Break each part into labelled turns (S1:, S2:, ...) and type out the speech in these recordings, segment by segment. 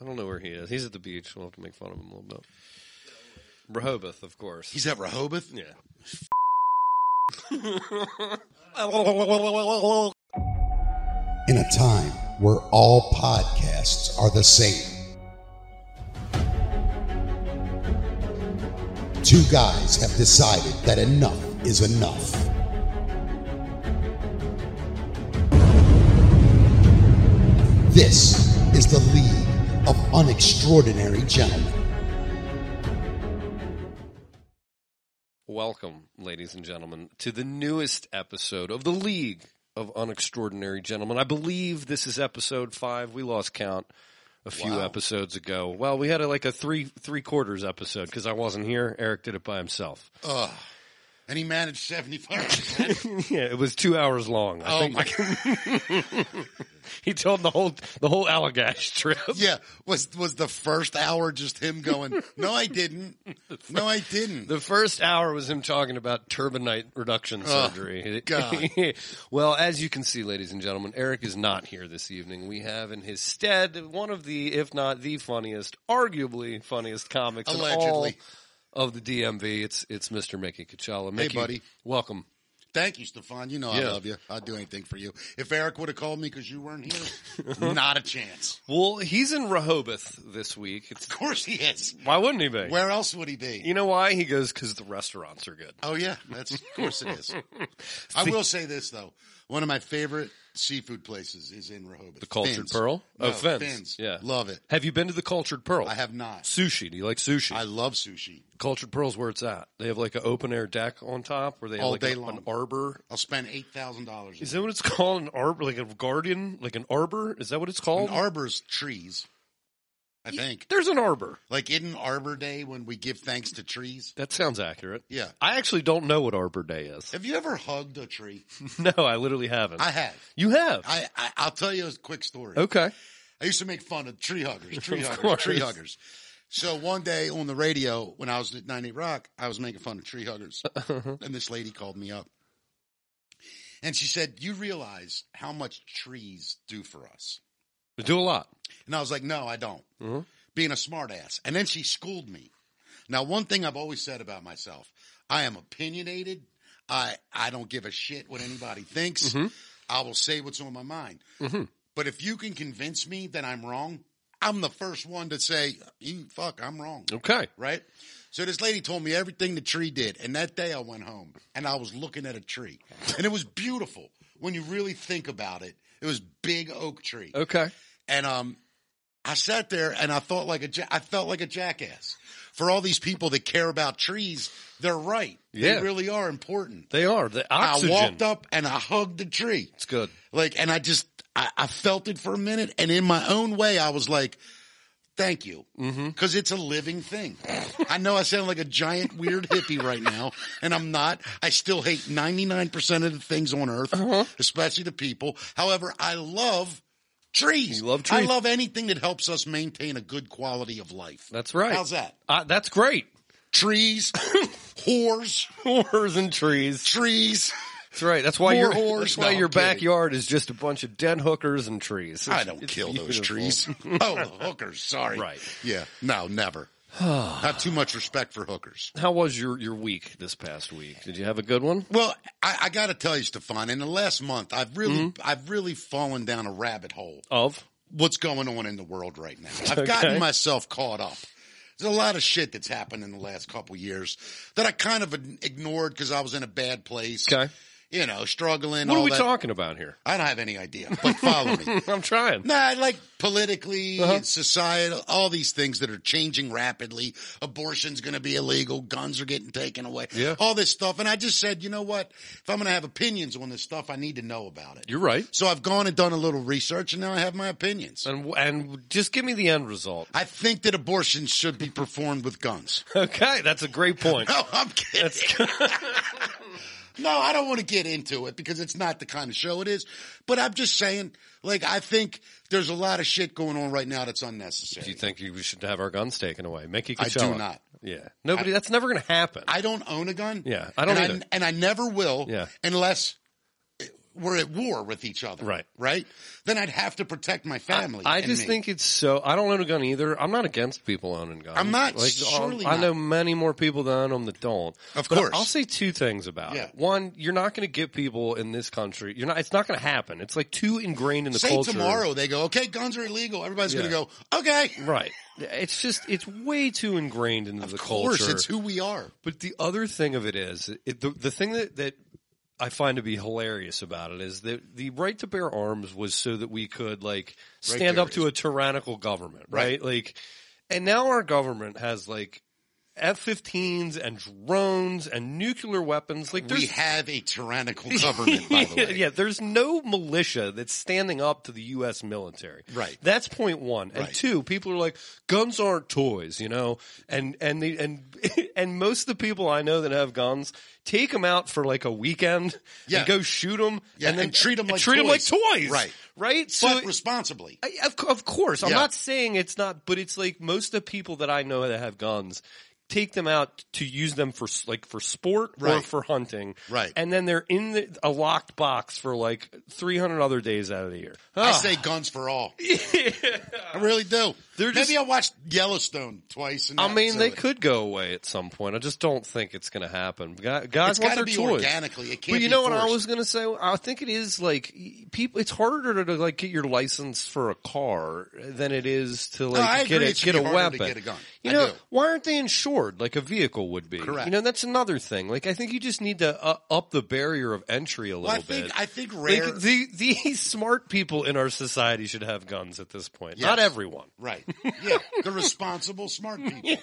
S1: I don't know where he is. He's at the beach. We'll have to make fun of him a little bit. Rehoboth, of course.
S2: He's at Rehoboth.
S1: yeah.
S3: in a time where all podcasts are the same. Two guys have decided that enough is enough. This is the League of Unextraordinary Gentlemen.
S1: Welcome, ladies and gentlemen, to the newest episode of the League of Unextraordinary Gentlemen. I believe this is episode five. We lost count a few
S2: Wow.
S1: episodes ago. Well, we had a, like a three three quarters episode because I wasn't here. Eric did it by himself.
S2: Ugh. And he managed seventy five percent.
S1: yeah, it was two hours long. I
S2: Oh
S1: think
S2: my god!
S1: he told the whole the whole Allagash trip.
S2: Yeah, was was the first hour just him going? No, I didn't. No, I didn't.
S1: The first hour was him talking about turbinite reduction
S2: Oh,
S1: surgery.
S2: God.
S1: well, as you can see, ladies and gentlemen, Eric is not here this evening. We have in his stead one of the, if not the funniest, arguably funniest comics in all
S2: Allegedly.
S1: of the DMV. It's it's Mr. Mickey Kachala. Mickey,
S2: buddy.
S1: welcome.
S2: Thank you, Stefan. You know I
S1: Yeah.
S2: love you. I'd do anything for you. If Eric would have called me because you weren't here, not a chance.
S1: Well, he's in Rehoboth this week. It's,
S2: Of course he is.
S1: why wouldn't he be?
S2: Where else would he be?
S1: you know why? He goes because the restaurants are good.
S2: Oh yeah, that's of course it is. I will say this though, one of my favorite seafood places is in Rehoboth. The
S1: Cultured Pearl? Oh,
S2: no,
S1: Finn's.
S2: Finn's.
S1: Yeah.
S2: love it.
S1: Have you been to the Cultured Pearl?
S2: I have not.
S1: Sushi. Do you like sushi?
S2: I love sushi.
S1: Cultured Pearl's where it's at. They have like an open air deck on top where they have
S2: All
S1: like
S2: day
S1: a-
S2: long.
S1: an arbor.
S2: I'll spend eight thousand dollars.
S1: Is that what it's called? An arbor, like a guardian, like an arbor? Is that what it's
S2: An
S1: called?
S2: arbor's trees. I think,
S1: There's an arbor.
S2: like in Arbor Day when we give thanks to trees.
S1: That sounds accurate.
S2: Yeah.
S1: I actually don't know what Arbor Day is.
S2: Have you ever hugged a tree?
S1: No, I literally haven't.
S2: I have.
S1: you have.
S2: I, I I'll tell you a quick story.
S1: okay.
S2: I used to make fun of tree huggers, tree
S1: Of
S2: huggers,
S1: course.
S2: tree huggers. So one day on the radio, when I was at 90 Rock, I was making fun of tree huggers.
S1: Uh-huh.
S2: and this lady called me up. And she said, You realize how much trees do for us?
S1: They do a lot.
S2: And I was like, No, I don't. Being a smartass. And then she schooled me. Now, one thing I've always said about myself I am opinionated. I, I don't give a shit what anybody thinks. I will say what's on my mind. But if you can convince me that I'm wrong, I'm the first one to say, you fuck, I'm wrong.
S1: Okay.
S2: Right? So this lady told me everything the tree did. And that day I went home and I was looking at a tree. And it was beautiful when you really think about it. It was big oak tree.
S1: Okay.
S2: And um, I sat there and I thought like a ja- I felt like a jackass. For all these people that care about trees, they're right.
S1: Yeah.
S2: They really are important.
S1: They are. The oxygen.
S2: I walked up and I hugged the tree.
S1: It's good.
S2: Like, and I just, I, I felt it for a minute. And in my own way, I was like, thank you.
S1: Mm-hmm.
S2: Because it's a living thing. I know I sound like a giant weird hippie right now, and I'm not. I still hate 99% of the things on earth,
S1: Uh-huh.
S2: especially the people. However, I love trees.
S1: You love
S2: I
S1: trees.
S2: love anything that helps us maintain a good quality of life.
S1: That's right.
S2: How's that?
S1: Uh, that's great.
S2: Trees, whores,
S1: Whores and trees.
S2: trees.
S1: That's right. That's why your
S2: More whores.
S1: that's why
S2: No,
S1: your
S2: I'm kidding.
S1: backyard is just a bunch of dead hookers and trees.
S2: I
S1: It's-
S2: don't
S1: it's
S2: kill those
S1: beautiful.
S2: trees. oh, the hookers. Sorry.
S1: Right.
S2: Yeah. No, never. Have too much respect for hookers.
S1: How was your, your week this past week? Did you have a good one?
S2: Well, I, I got to tell you, Stefan. In the last month, I've really,
S1: Mm-hmm.
S2: I've really fallen down a rabbit hole.
S1: Of?
S2: What's going on in the world right now? I've gotten myself caught up. There's a lot of shit that's happened in the last couple years that I kind of ignored because I was in a bad place.
S1: Okay.
S2: You know, struggling.
S1: What
S2: all
S1: are we
S2: that.
S1: talking about here?
S2: I don't have any idea. But follow me.
S1: I'm trying.
S2: Nah, like politically, and societal, all these things that are changing rapidly. Abortion's going to be illegal. Guns are getting taken away.
S1: Yeah.
S2: All this stuff. And I just said, you know what? If I'm going to have opinions on this stuff, I need to know about it.
S1: You're right.
S2: so I've gone and done a little research and now I have my opinions.
S1: And and just give me the end result.
S2: I think that abortion should be performed with guns.
S1: Okay, that's a great point.
S2: No, I'm kidding. no, I don't want to get into it because it's not the kind of show it is. But I'm just saying, like, I think there's a lot of shit going on right now that's unnecessary.
S1: Do you think we should have our guns taken away? Mickey
S2: I do
S1: Coachella.
S2: not.
S1: Yeah. Nobody. that's never going to happen.
S2: I don't own a gun.
S1: Yeah, I don't
S2: and
S1: either.
S2: I, and I never will.
S1: Yeah.
S2: Unless were at war with each other.
S1: Right.
S2: Right? Then I'd have to protect my family.
S1: I
S2: and
S1: just
S2: me.
S1: think it's so. I don't own a gun either. I'm not against people owning guns.
S2: I'm not,
S1: Like,
S2: surely
S1: I know
S2: not.
S1: many more people that own them that don't.
S2: Of
S1: But
S2: course.
S1: I'll say two things about
S2: Yeah.
S1: it. One, you're not going to get people in this country. You're not. It's not going to happen. It's like too ingrained in the
S2: say
S1: culture.
S2: tomorrow they go, okay, guns are illegal. Everybody's
S1: Yeah.
S2: going to go, okay.
S1: Right. It's just. It's way too ingrained into the
S2: Of course,
S1: culture.
S2: it's who we are.
S1: But the other thing of it is, it, the, the thing that, that I find to be hilarious about it is that the right to bear arms was so that we could like stand
S2: there
S1: up to
S2: is-
S1: a tyrannical government,
S2: Right.
S1: right? Like, and now our government has like F-15s and drones and nuclear weapons. Like,
S2: We
S1: there's
S2: have a tyrannical government, by the way.
S1: yeah, there's no militia that's standing up to the U.S. military.
S2: Right.
S1: That's point one. And
S2: Right.
S1: two, people are like, guns aren't toys, you know. And and the and and most of the people I know that have guns take them out for like a weekend
S2: Yeah.
S1: and go shoot them
S2: Yeah,
S1: and then
S2: and treat 'em like
S1: treat 'em like
S2: toys.
S1: toys.
S2: Right.
S1: Right. So
S2: But responsibly.
S1: I, of, of course, I'm
S2: Yeah.
S1: not saying it's not, but it's like most of the people that I know that have guns take them out to use them for s- like for sport or
S2: Right.
S1: for hunting,
S2: Right.
S1: And then they're in the, a locked box for like 300 other days out of the year.
S2: I
S1: Ah,
S2: say guns for all. I really do.
S1: They're just-
S2: Maybe I watched Yellowstone twice. And
S1: I
S2: that's
S1: mean, they
S2: it.
S1: could go away at some point. I just don't think it's going to happen. Guy- Guys
S2: It's
S1: want
S2: got
S1: their
S2: to be
S1: toys.
S2: organically. It can't.
S1: But you
S2: be
S1: know what I
S2: forced.
S1: was gonna say? I think it is like y- people. It's harder to like get your license for a car than it is to
S2: I
S1: like get
S2: agree,
S1: a
S2: it should
S1: get
S2: be
S1: a
S2: harder to
S1: weapon.
S2: get a gun.
S1: You
S2: I
S1: know
S2: do.
S1: why aren't they insured like a vehicle would be?
S2: Correct.
S1: You know that's another thing. Like I think you just need to uh, up the barrier of entry a little
S2: Well, I think
S1: bit.
S2: I think rare.
S1: like the these smart people in our society should have guns at this point. Not
S2: Yes.
S1: everyone.
S2: Right. Yeah. The responsible, smart people.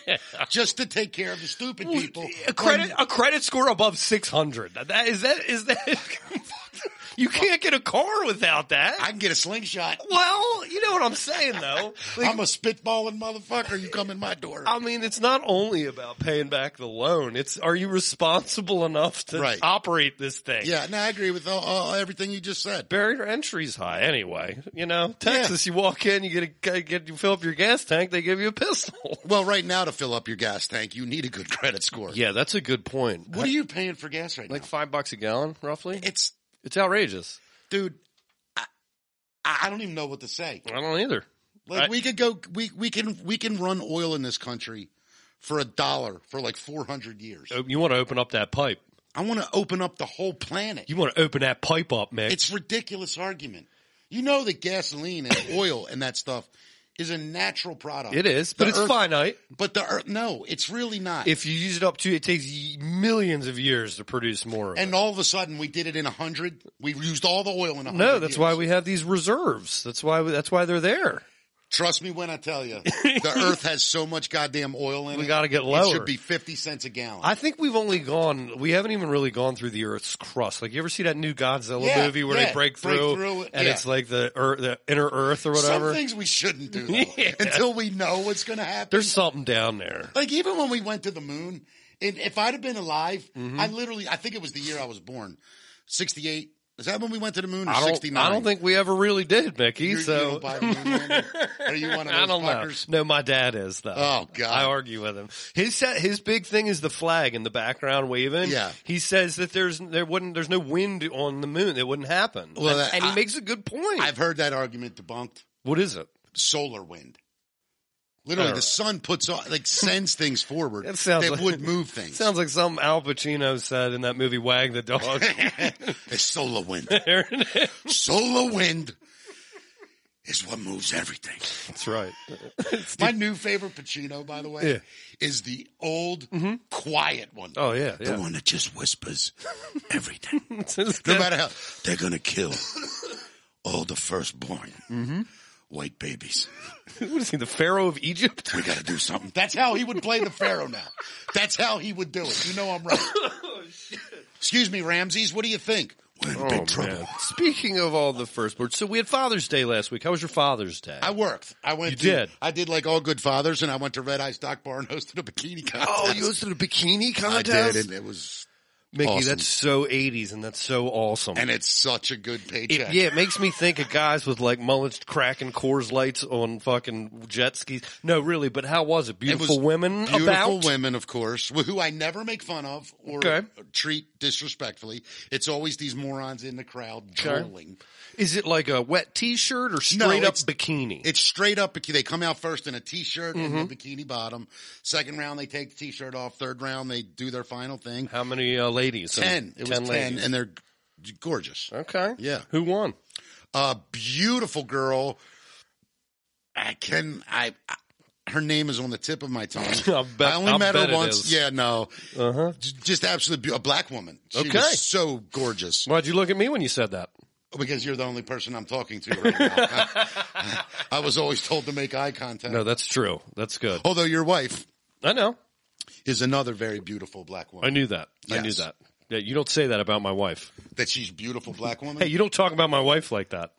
S2: Just to take care of the stupid people.
S1: A credit a credit score above six hundred. That is that is that. you can't get a car without that.
S2: I can get a slingshot.
S1: Well, you know what I'm saying, though. Like,
S2: I'm a spitballing motherfucker. You come in my door.
S1: I mean, it's not only about paying back the loan. It's are you responsible enough to
S2: Right.
S1: operate this thing?
S2: yeah. No, I agree with all, all, everything you just said.
S1: Barrier entry's high anyway. You know, Texas, you walk in, you get a get you fill up your gas tank, they give you a pistol.
S2: Well, right now to fill up your gas tank, you need a good credit score.
S1: Yeah, that's a good point.
S2: What are you paying for gas right
S1: Like
S2: now?
S1: five bucks a gallon, roughly.
S2: It's,
S1: It's outrageous.
S2: dude. I- I, I don't even know what to say.
S1: I don't either.
S2: Like
S1: I-
S2: we could go, we we can we can run oil in this country for a dollar for like four hundred years.
S1: Oh, You want to open up that pipe?
S2: I want to open up the whole planet.
S1: You want to open that pipe up, man?
S2: It's ridiculous argument. You know that gasoline and oil and that stuff is a natural product.
S1: It is, but
S2: The
S1: it's
S2: earth-
S1: finite.
S2: But the earth, no, it's really not.
S1: If you use it up too, it takes y- millions of years to produce more. Of it.
S2: and all of a sudden, we did it in a hundred. We used all the oil in a hundred.
S1: No, that's
S2: years.
S1: why we have these reserves. That's why we, that's why they're there.
S2: Trust me when I tell you, the Earth has so much goddamn oil in it.
S1: We gotta get
S2: It
S1: lower.
S2: should be fifty cents a gallon.
S1: I think we've only gone. We haven't even really gone through the Earth's crust. Like you ever see that new Godzilla
S2: Yeah,
S1: movie where
S2: yeah,
S1: they break
S2: break
S1: through,
S2: through,
S1: and
S2: yeah.
S1: it's like the earth, the inner Earth or whatever.
S2: Some things we shouldn't do though,
S1: Yeah.
S2: until we know what's going to happen.
S1: There's something down there.
S2: like even when we went to the moon, and if I'd have been alive,
S1: Mm-hmm.
S2: I literally, I think it was the year I was born, sixty eight. Is that when we went to the moon? Or
S1: I don't.
S2: 69?
S1: I don't think we ever really did, Mickey.
S2: You're, you
S1: so
S2: don't buy the moon landing? Are you one of those
S1: I don't know.
S2: fuckers?
S1: No, my dad is though.
S2: Oh, God.
S1: I argue with him. His sa- his big thing is the flag in the background waving.
S2: Yeah.
S1: he says that there's there wouldn't there's no wind on the moon. It wouldn't happen.
S2: Well,
S1: and, and he
S2: I-
S1: makes a good point.
S2: I've heard that argument debunked.
S1: what is it?
S2: Solar wind. Literally,
S1: Alright.
S2: the sun puts on, like, sends things forward
S1: That sounds like-
S2: would move things.
S1: Sounds like something Al Pacino said in that movie Wag the Dog.
S2: it's solar wind.
S1: That's
S2: solar wind is what moves everything.
S1: right.
S2: My new favorite Pacino, by the way,
S1: Yeah. Mm-hmm.
S2: is the old quiet one.
S1: Oh yeah,
S2: The
S1: yeah.
S2: one that just whispers everything.
S1: It's his
S2: No
S1: dad.
S2: matter how they're gonna kill all the firstborn white babies.
S1: what is he, the Pharaoh of Egypt?
S2: We gotta do something. That's how he would play the pharaoh now. That's how he would do it. You know I'm right. Excuse me, Ramses. What do you think? We're in big trouble.
S1: Oh, man. Speaking of all the firstborn, so we had Father's Day last week. How was your Father's Day?
S2: I worked. I went.
S1: You
S2: to,
S1: did.
S2: I did like all good fathers, and I
S1: Oh,
S2: Oh, went to Red Eye Stock Bar and hosted a bikini contest.
S1: hosted a bikini
S2: I did, and it was
S1: Mickey,
S2: Awesome.
S1: that's so 80s and that's so awesome.
S2: and it's such a good
S1: It-
S2: paycheck.
S1: yeah, it makes me think of guys with like mullets cracking Coors Lights on fucking jet skis. No, really, but how was it?
S2: It was
S1: Beautiful women
S2: beautiful
S1: about?
S2: women, of course, wh- who I never make fun of or
S1: Okay.
S2: treat disrespectfully. It's always these morons in the crowd drooling.
S1: Is it like a wet t-shirt or
S2: No,
S1: straight up
S2: it's-
S1: bikini?
S2: It's straight up. biki- They come out first in a t-shirt
S1: Mm-hmm.
S2: and a bikini bottom. Second round, they take the t-shirt off. Third round, they do their final thing.
S1: how many uh, ladies?
S2: Ten. It was ten,
S1: ladies.
S2: and they're g- gorgeous.
S1: okay.
S2: Yeah.
S1: Who won?
S2: A beautiful girl. I can. I. I her name is on the tip of my tongue.
S1: I'll bet-
S2: I only
S1: I'll
S2: met
S1: bet
S2: her
S1: it
S2: once.
S1: is.
S2: Yeah, no. Uh-huh. Just absolutely be- a black woman. She was
S1: Okay.
S2: so gorgeous.
S1: Why'd you look at me when you said that?
S2: Because you're the only person I'm talking to right now. I, I was always told to make eye contact.
S1: No, that's true. That's good.
S2: Although your wife
S1: I know.
S2: is another very beautiful black
S1: I
S2: woman.
S1: knew that. I knew
S2: Yes.
S1: that. Yeah, you don't say that about my wife.
S2: That she's beautiful black woman.
S1: Hey, you don't talk about my wife like that.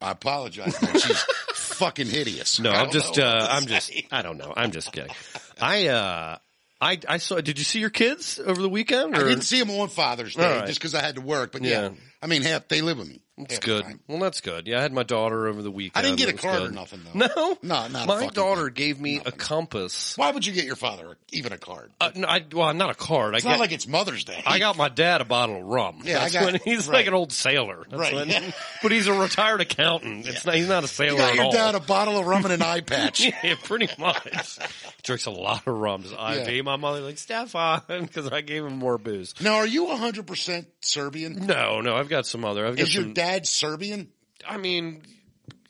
S2: I apologize. man. She's fucking hideous.
S1: No,
S2: I
S1: I'm
S2: don't
S1: just,
S2: know what
S1: uh,
S2: to
S1: I'm
S2: say.
S1: just, I don't know. I'm just kidding. I, uh, I, I saw, did you see your kids over the weekend? Or?
S2: I didn't see him on Father's Day
S1: All
S2: just 'cause
S1: right.
S2: just because I had to work. But yeah.
S1: Yeah.
S2: I mean, half they live with me.
S1: That's
S2: half the
S1: good.
S2: time.
S1: Well, that's good. Yeah, I had my daughter over the
S2: I
S1: weekend.
S2: didn't get
S1: It
S2: a
S1: was
S2: card or
S1: good.
S2: nothing though.
S1: No,
S2: No, not a
S1: my
S2: fucking
S1: daughter
S2: thing.
S1: gave me a compass.
S2: Why would you get your father even a card?
S1: Uh, no, I, well, not a card. I
S2: It's not
S1: got,
S2: like it's Mother's Day.
S1: I got my dad a bottle of rum.
S2: Yeah, I
S1: That's
S2: got-
S1: when- he's
S2: right.
S1: like an old sailor. That's
S2: Right.
S1: when- but he's a retired accountant. It's not, he's not a sailor
S2: You got
S1: at
S2: your
S1: all.
S2: dad a bottle of rum and an eye patch.
S1: yeah, pretty much. Drinks a lot of rum. Just IV.
S2: Yeah.
S1: My mother like Stefan because I gave him more booze.
S2: Now, are you 100% Serbian?
S1: No, no, I've got some other. I've got
S2: Is your
S1: some.
S2: dad Serbian?
S1: I mean,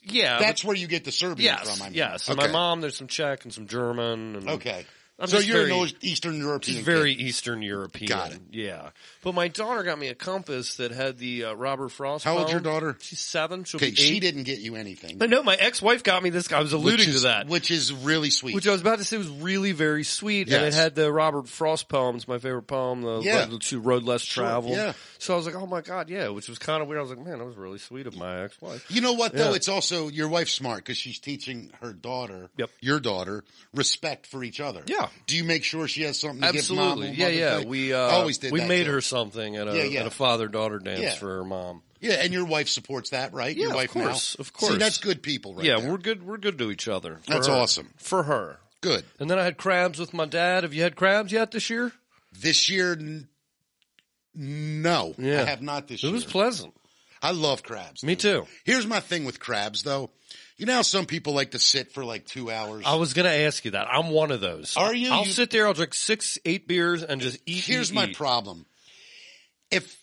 S1: yeah, but-
S2: That's where you get the Serbian
S1: yes,
S2: from. I mean.
S1: yes.
S2: Okay.
S1: My mom, there's some Czech and some German. And
S2: Okay.
S1: I'm
S2: so
S1: just
S2: you're
S1: very-
S2: an Eastern European.
S1: She's
S2: kid.
S1: very Eastern European.
S2: Got it.
S1: Yeah, but my daughter got me a compass that had the uh, Robert Frost.
S2: How old's your
S1: phone.
S2: daughter?
S1: She's seven. She'll
S2: Okay,
S1: be
S2: she
S1: eight.
S2: didn't get you anything.
S1: I know my ex-wife got me this. I was alluding
S2: which is,
S1: to that,
S2: Which is really sweet.
S1: which I was about to say was really very sweet, and
S2: Yes.
S1: it had the Robert Frost poems, my favorite poem, the
S2: Yeah.
S1: Road- to Road Less Traveled.
S2: yeah.
S1: So I was like, oh my god, yeah, which was kind of weird. I was like, man, that was really sweet of my ex-wife.
S2: You know what though?
S1: Yeah.
S2: It's also your wife's smart because she's teaching her daughter,
S1: Yep.
S2: your daughter, respect for each other.
S1: Yeah.
S2: Do you make sure she has something?
S1: Absolutely,
S2: To give mom on
S1: yeah,
S2: Mother's
S1: yeah.
S2: Day?
S1: We
S2: I
S1: uh,
S2: always did.
S1: We
S2: that,
S1: made
S2: too.
S1: her something at a,
S2: Yeah, yeah.
S1: at a father-daughter dance
S2: Yeah.
S1: for her mom.
S2: Yeah, and your wife supports that, right?
S1: Yeah,
S2: your
S1: of
S2: wife now?
S1: course, of course.
S2: See, that's good people, right?
S1: yeah,
S2: there.
S1: we're good. We're good to each other. for
S2: That's
S1: her.
S2: awesome.
S1: for her.
S2: good.
S1: And then I had crabs with my dad. Have you had crabs yet this year?
S2: This year, n- no,
S1: Yeah.
S2: I have not this
S1: It
S2: year.
S1: was pleasant.
S2: I love crabs.
S1: Me
S2: dude.
S1: too.
S2: Here's my thing with crabs, though. You know, how some people like to sit for like two hours.
S1: I was going to ask you that. I'm one of those.
S2: Are you?
S1: I'll
S2: You-
S1: sit there. I'll drink six, eight beers and just eat.
S2: here's
S1: eat,
S2: my
S1: eat.
S2: problem. If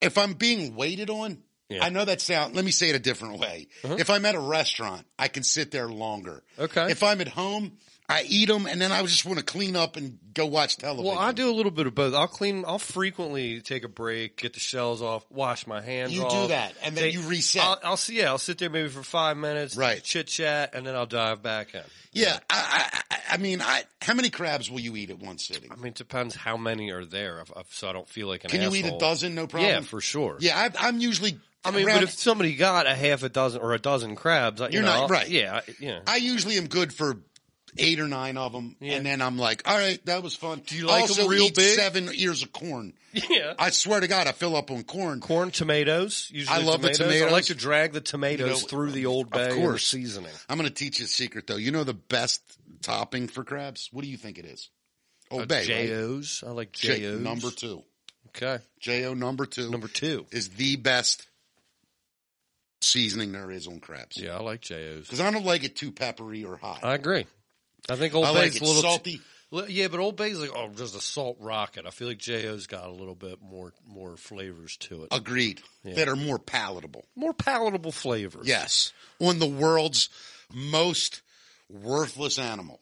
S2: if I'm being waited on,
S1: Yeah. Uh-huh.
S2: I know that sound. Let me say it a different way. If I'm at a restaurant, I can sit there longer.
S1: Okay.
S2: If I'm at home, I eat them and then I just want to clean up and go watch television.
S1: Well, I do a little bit of both. I'll clean. I'll frequently take a break, get the shells off, wash my hands.
S2: You do
S1: off,
S2: that, and then
S1: take-
S2: you reset.
S1: I'll, I'll see. Yeah, I'll sit there maybe for five minutes,
S2: Right.
S1: Chit chat, and then I'll dive back in.
S2: Yeah. I, I- I, I mean, I, how many crabs will you eat at one sitting?
S1: I mean, it depends how many are there, if, if, so I don't feel like an.
S2: Can you eat a
S1: asshole.
S2: dozen? No problem.
S1: Yeah, for sure.
S2: Yeah, I, I'm usually.
S1: I mean,
S2: around-
S1: but if somebody got a half a dozen or a dozen crabs, I- you
S2: You're
S1: know,
S2: not-
S1: I'll-
S2: right.
S1: Yeah, I- yeah.
S2: I usually am good for eight or nine of them,
S1: Yeah.
S2: and then I'm like, all right, that was fun. Do
S1: you like 'em
S2: also
S1: real
S2: eat
S1: big?
S2: Seven ears of corn.
S1: yeah.
S2: I swear to God, I fill up on corn.
S1: Corn, tomatoes. Usually,
S2: I love the
S1: tomatoes. I
S2: tomatoes.
S1: like to drag the tomatoes
S2: You know,
S1: through the old bay and the
S2: course.
S1: seasoning.
S2: I'm going to teach you a secret though. You know the best topping for crabs? What do you think it is?
S1: Uh,
S2: Obey. right?
S1: Jo's. I like
S2: J-
S1: Jo's.
S2: number two.
S1: Okay.
S2: Jo number two
S1: Number two.
S2: is the best seasoning there is on crabs.
S1: Yeah, I like Jo's.
S2: Because I don't like it too peppery or hot.
S1: I agree. I think Old
S2: I like
S1: Bay's
S2: it
S1: a little
S2: salty.
S1: Li- Yeah, but Old Bay's like oh, just a salt rocket. I feel like Jo's got a little bit more more flavors to it,
S2: Agreed. That are more palatable.
S1: more palatable flavors.
S2: Yes. On the world's most worthless animal.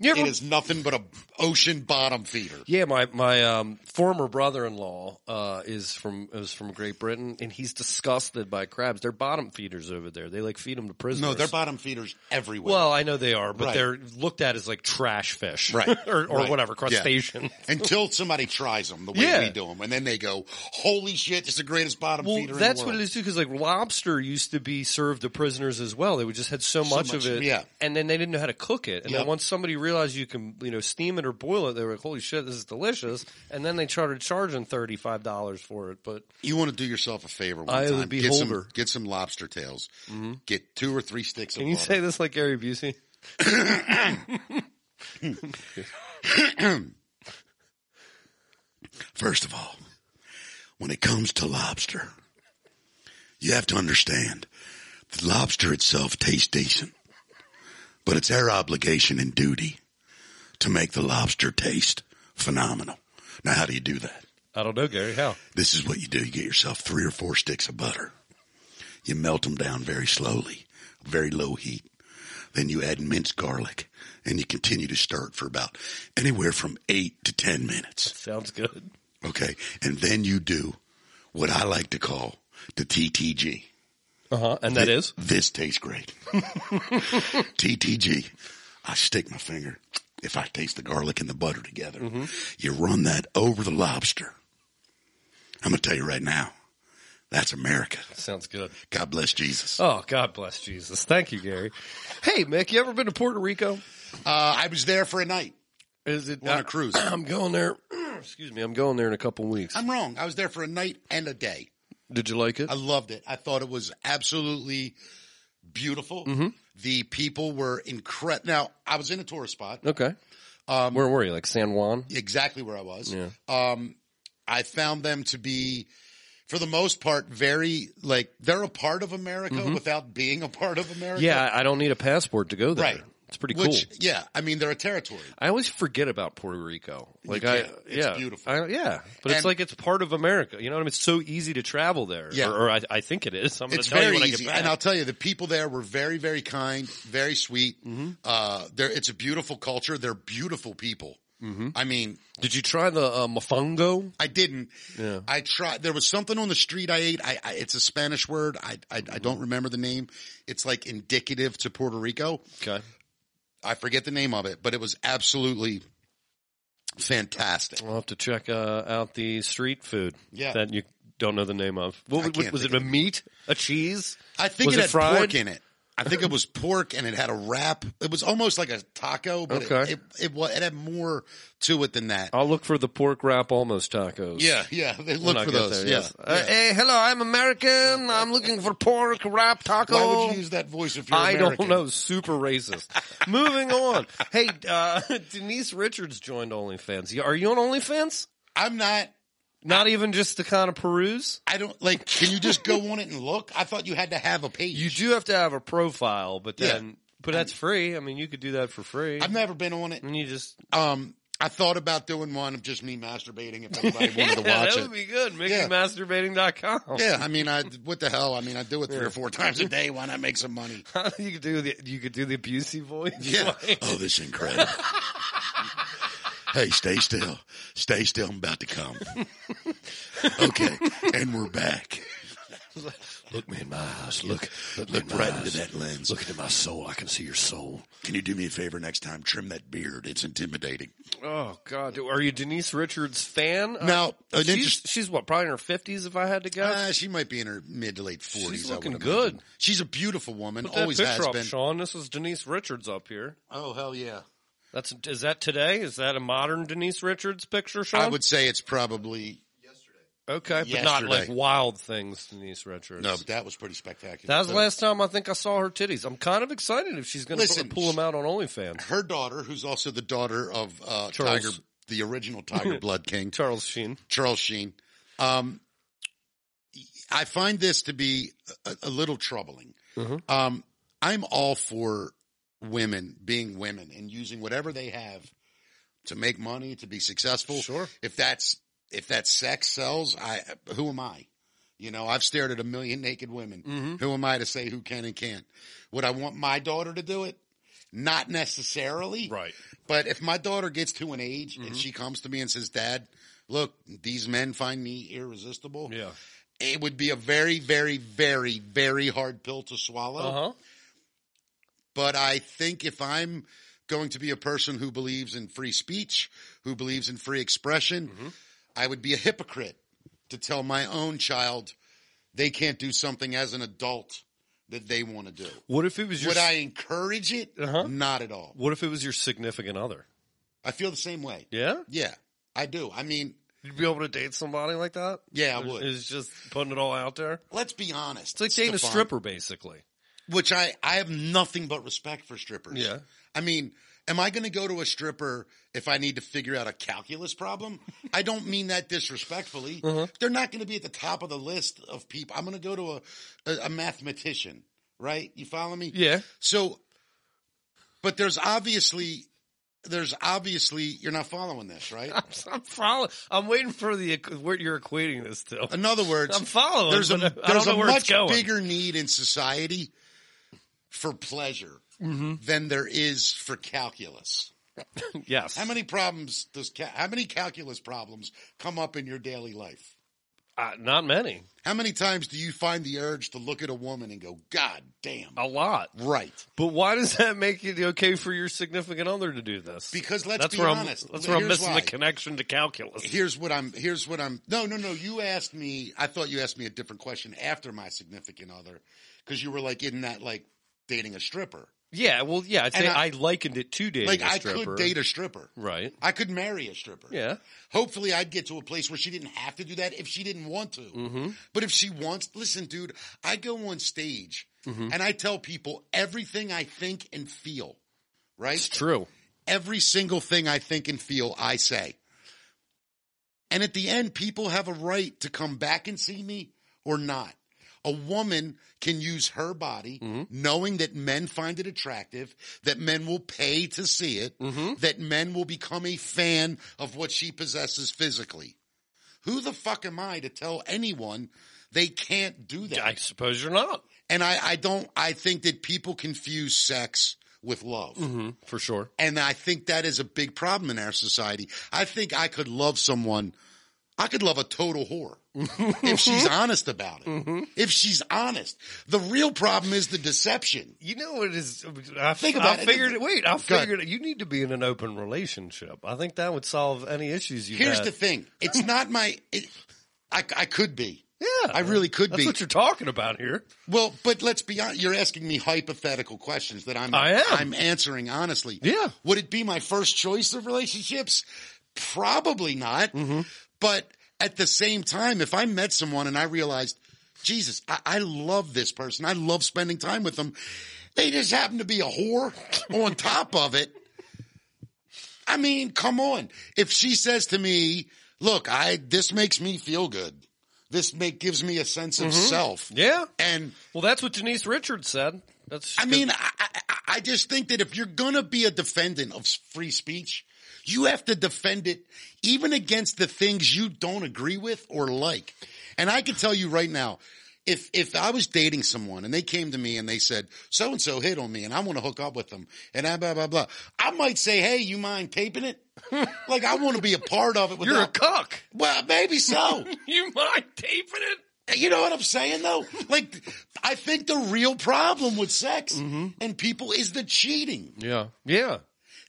S1: You ever-
S2: It is nothing but a ocean bottom feeder.
S1: Yeah, my my um, former brother in law uh, is from is from Great Britain, and he's disgusted by crabs. They're bottom feeders over there. They like feed them to prisoners.
S2: No, they're bottom feeders everywhere.
S1: well, I know they are, but
S2: Right.
S1: they're looked at as like trash fish,
S2: Right.
S1: or or
S2: Right.
S1: whatever
S2: Yeah.
S1: crustacean.
S2: until somebody tries them the way
S1: Yeah.
S2: we do them, and then they go, "Holy shit, it's the greatest bottom
S1: Well,
S2: feeder."
S1: that's
S2: in the
S1: what
S2: world.
S1: it is too, because like lobster used to be served to prisoners as well. They would just had so, much, of
S2: much,
S1: it,
S2: yeah.
S1: and then they didn't know how to cook it. And
S2: Yep.
S1: then once somebody realized you can, you know, steam it or boil it, they were like, "Holy shit, this is delicious!" And then they started charging thirty five dollars for it. But
S2: You want to do yourself a favor one
S1: Eye of the
S2: time. Get some,
S1: beholder.
S2: get some lobster tails. Get two or three sticks
S1: Mm-hmm. can
S2: of
S1: you
S2: butter.
S1: say this like Gary Busey?
S2: First of all, when it comes to lobster, you have to understand the lobster itself tastes decent, but it's our obligation and duty to make the lobster taste phenomenal. Now, how do you do that?
S1: I don't know, Gary. How?
S2: This is what you do. You get yourself three or four sticks of butter. You melt them down very slowly, very low heat. Then you add minced garlic and you continue to stir it for about anywhere from eight to 10 minutes.
S1: Sounds good.
S2: Okay. And then you do what I like to call the TTG.
S1: Uh huh. And that is
S2: This tastes great. TTG. I stick my finger. If I taste the garlic and the butter together,
S1: Mm-hmm.
S2: you run that over the lobster. I'm going to tell you right now, that's America.
S1: sounds good.
S2: God bless Jesus. Uh,
S1: Oh, God bless Jesus. Thank you, Gary. Hey, Mick, you ever been to Puerto Rico?
S2: I was there for a night
S1: Is it
S2: on a cruise.
S1: I'm going there. Excuse me. I'm going there in a couple weeks.
S2: I'm wrong. I was there for a night and a day.
S1: Did you like it?
S2: I loved it. I thought it was absolutely beautiful.
S1: Mm-hmm.
S2: The people were incredible. Now, I was in a tourist spot,
S1: Okay. Where were you? Like San Juan?
S2: exactly where I was. Um, I found them to be, for the most part, very like they're a part of America without being a part of America.
S1: Mm-hmm. Yeah, I I don't need a passport to go there.
S2: Right.
S1: It's pretty cool.
S2: Which, yeah, I mean, they're a territory.
S1: I always forget about Puerto Rico. Like I,
S2: can't. It's
S1: yeah,
S2: beautiful.
S1: I- yeah, but it's
S2: And-
S1: like it's part of America. You know what I mean? It's so easy to travel there.
S2: Yeah.
S1: or, or I, I think it is. I'm going
S2: It's
S1: to tell you
S2: very
S1: when I
S2: easy,
S1: get back.
S2: and I'll tell you, the people there were very, very kind, very sweet.
S1: Mm-hmm.
S2: Uh, they're, it's a beautiful culture. They're beautiful people.
S1: Mm-hmm.
S2: I mean,
S1: Did you try the uh, mofongo?
S2: I didn't.
S1: Yeah.
S2: I tried. There was something on the street I ate. I, I it's a Spanish word. I, I I don't remember the name. It's like indicative to Puerto Rico.
S1: Okay,
S2: I forget the name of it, but it was absolutely fantastic.
S1: I'll have to check uh, out the street food.
S2: Yeah.
S1: that you don't know the name of. What,
S2: I
S1: what-
S2: can't
S1: was
S2: think
S1: it? A meat? A cheese?
S2: I think
S1: Was
S2: it,
S1: it
S2: had
S1: fried?
S2: pork in it. I think it was pork and it had a wrap. It was almost like a taco, but it-
S1: Okay. Oh.
S2: it, it, wa- it had more to it than that.
S1: I'll look for the pork wrap almost tacos.
S2: Yeah, yeah. They
S1: When
S2: look
S1: I
S2: for
S1: get
S2: those.
S1: there,
S2: yeah.
S1: yes. Uh, hey, hello, I'm American. I'm looking for pork wrap taco.
S2: Why would you use that voice if you're
S1: Uh, I don't
S2: American?
S1: know. Super racist. Moving on. Hey, uh, Denise Richards joined OnlyFans. You- Are you on OnlyFans?
S2: I'm not.
S1: Not even just to kind of peruse.
S2: I don't like. Can you just go on it and look? I thought you had to have a page.
S1: You do have to have a profile, but
S2: Yeah.
S1: then, but that's free. I mean, you could do that for free.
S2: I've never been on it.
S1: and you just
S2: Um, I thought about doing one of just me masturbating if anybody
S1: yeah,
S2: wanted to watch
S1: that
S2: it.
S1: would be good.
S2: Yeah.
S1: MickeyMasturbating.com.
S2: yeah, I mean, I what the hell? I mean, I do it three or four times a day. Why not make some money?
S1: you could do the you could do the abusive voice.
S2: Yeah.
S1: Like,
S2: Oh, this is incredible. hey, stay still. Stay still. I'm about to come. Okay, and we're back.
S4: Look me in my eyes. Look, look,
S2: Look
S4: me in
S2: right
S4: my
S2: into
S4: eyes.
S2: that lens.
S4: Look into my soul. I can see your soul.
S2: Can you do me a favor next time? Trim that beard. It's intimidating.
S1: oh God, are you Denise Richards fan? Uh,
S2: Now, an
S1: she's,
S2: interest-
S1: she's what probably in her fifties, if I had to guess.
S2: Uh, she might be in her mid to late forties.
S1: She's
S2: I
S1: looking
S2: would
S1: good.
S2: imagine. She's a beautiful woman.
S1: Put that
S2: Always
S1: picture
S2: has
S1: up,
S2: been.
S1: Sean. This is Denise Richards up here.
S2: Oh hell yeah!
S1: That's is that today? Is that a modern Denise Richards picture, Sean?
S2: I would say it's probably
S1: okay, but not
S2: Yesterday.
S1: like wild things, Denise Richards.
S2: no, but that was pretty spectacular.
S1: That was the
S2: So,
S1: last time I think I saw her titties. I'm kind of excited if she's going to
S2: Listen,
S1: pull them out on OnlyFans.
S2: Her daughter, who's also the daughter of uh,
S1: Charles.
S2: Tiger, the original Tiger Blood King,
S1: Charles Sheen.
S2: Charles Sheen. Um, I find this to be a, a little troubling.
S1: Mm-hmm.
S2: Um, I'm all for women being women and using whatever they have to make money to be successful.
S1: Sure.
S2: If that's if that sex sells, I who am I? You know, I've stared at a million naked women.
S1: Mm-hmm.
S2: Who am I to say who can and can't? Would I want my daughter to do it? Not necessarily.
S1: Right.
S2: But if my daughter gets to an age
S1: Mm-hmm.
S2: and she comes to me and says, Dad, look, these men find me irresistible.
S1: Yeah.
S2: It would be a very, very, very, very hard pill to swallow.
S1: Uh huh.
S2: But I think if I'm going to be a person who believes in free speech, who believes in free expression,
S1: Mm-hmm.
S2: I would be a hypocrite to tell my own child they can't do something as an adult that they want to do.
S1: What if it was your?
S2: Would I encourage it?
S1: Uh-huh.
S2: Not at all.
S1: What if it was your significant other?
S2: I feel the same way.
S1: Yeah,
S2: Yeah, I do. I mean,
S1: you'd be able to date somebody like that.
S2: Yeah, I would.
S1: It's just putting it all out there.
S2: let's be honest.
S1: It's like dating a
S2: Stefan,
S1: stripper, basically.
S2: which I I have nothing but respect for strippers.
S1: Yeah.
S2: I mean, am I going to go to a stripper if I need to figure out a calculus problem? I don't mean that disrespectfully.
S1: Uh-huh.
S2: They're not going to be at the top of the list of people. I'm going to go to a, a a mathematician, right? You follow me?
S1: Yeah.
S2: So, but there's obviously there's obviously you're not following this, right?
S1: I'm, I'm following. I'm waiting for the what you're equating this to.
S2: In other words,
S1: I'm following,
S2: There's a
S1: but I don't
S2: there's
S1: know
S2: a
S1: where it's
S2: much
S1: going.
S2: bigger need in society for pleasure
S1: Mm-hmm.
S2: than there is for calculus.
S1: Yes.
S2: How many problems does ca- how many calculus problems come up in your daily life?
S1: Uh, not many.
S2: How many times do you find the urge to look at a woman and go, "God damn"?
S1: A lot.
S2: Right.
S1: But why does that make it okay for your significant other to do this?
S2: Because let's
S1: that's
S2: be
S1: where
S2: honest.
S1: I'm, that's where I'm
S2: Here's
S1: missing
S2: why.
S1: the connection to calculus.
S2: Here's what I'm. Here's what I'm. No, no, no. You asked me. I thought you asked me a different question after my significant other, because you were like in that like dating a stripper.
S1: Yeah, well, yeah, I'd say
S2: And I-
S1: I, likened it to dating
S2: Like
S1: a
S2: I
S1: stripper.
S2: could date a stripper.
S1: right.
S2: I could marry a stripper.
S1: Yeah.
S2: Hopefully, I'd get to a place where she didn't have to do that if she didn't want to. But if she wants, listen, dude, I go on stage and I tell people everything I think and feel, right?
S1: True.
S2: Every single thing I think and feel, I say. And at the end, people have a right to come back and see me or not. A woman can use her body knowing that men find it attractive, that men will pay to see it, that men will become a fan of what she possesses physically. Who the fuck am I to tell anyone they can't do that?
S1: I suppose you're not.
S2: and I, I don't, I think that people confuse sex with love.
S1: For sure.
S2: And I think that is a big problem in our society. I think I could love someone. I could love a total whore if she's honest about it. If she's honest. The real problem is the deception.
S1: You know what is I
S2: Think
S1: think
S2: about
S1: I
S2: it.
S1: figured it. Wait, I
S2: ahead.
S1: figured it. You need to be in an open relationship. I think that would solve any issues you
S2: Here's
S1: had.
S2: the thing. It's not my, it, I, I could be.
S1: yeah,
S2: I really could
S1: That's
S2: be.
S1: what you're talking about here.
S2: Well, but let's be honest. You're asking me hypothetical questions that I'm
S1: I am.
S2: I'm answering honestly.
S1: Yeah.
S2: Would it be my first choice of relationships? Probably not.
S1: Mm-hmm.
S2: But at the same time, if I met someone and I realized, Jesus, I, I love this person. I love spending time with them. They just happen to be a whore on top of it. I mean, come on. If she says to me, "Look, I this makes me feel good. This make gives me a sense of self."
S1: Mm-hmm. Yeah.
S2: And
S1: Well, that's what Denise Richards said. That's
S2: I mean, I, I- I, I just think that if you're gonna be a defendant of s- free speech, you have to defend it even against the things you don't agree with or like. And I can tell you right now, if if I was dating someone and they came to me and they said so and so hit on me and I want to hook up with them and I blah blah blah, I might say, hey, you mind taping it? like I want to be a part of it. Without,
S1: you're a cuck.
S2: well, maybe so.
S1: You mind taping it?
S2: You know what I'm saying though? Like, I think the real problem with sex
S1: Mm-hmm.
S2: and people is the cheating,
S1: Yeah. Yeah.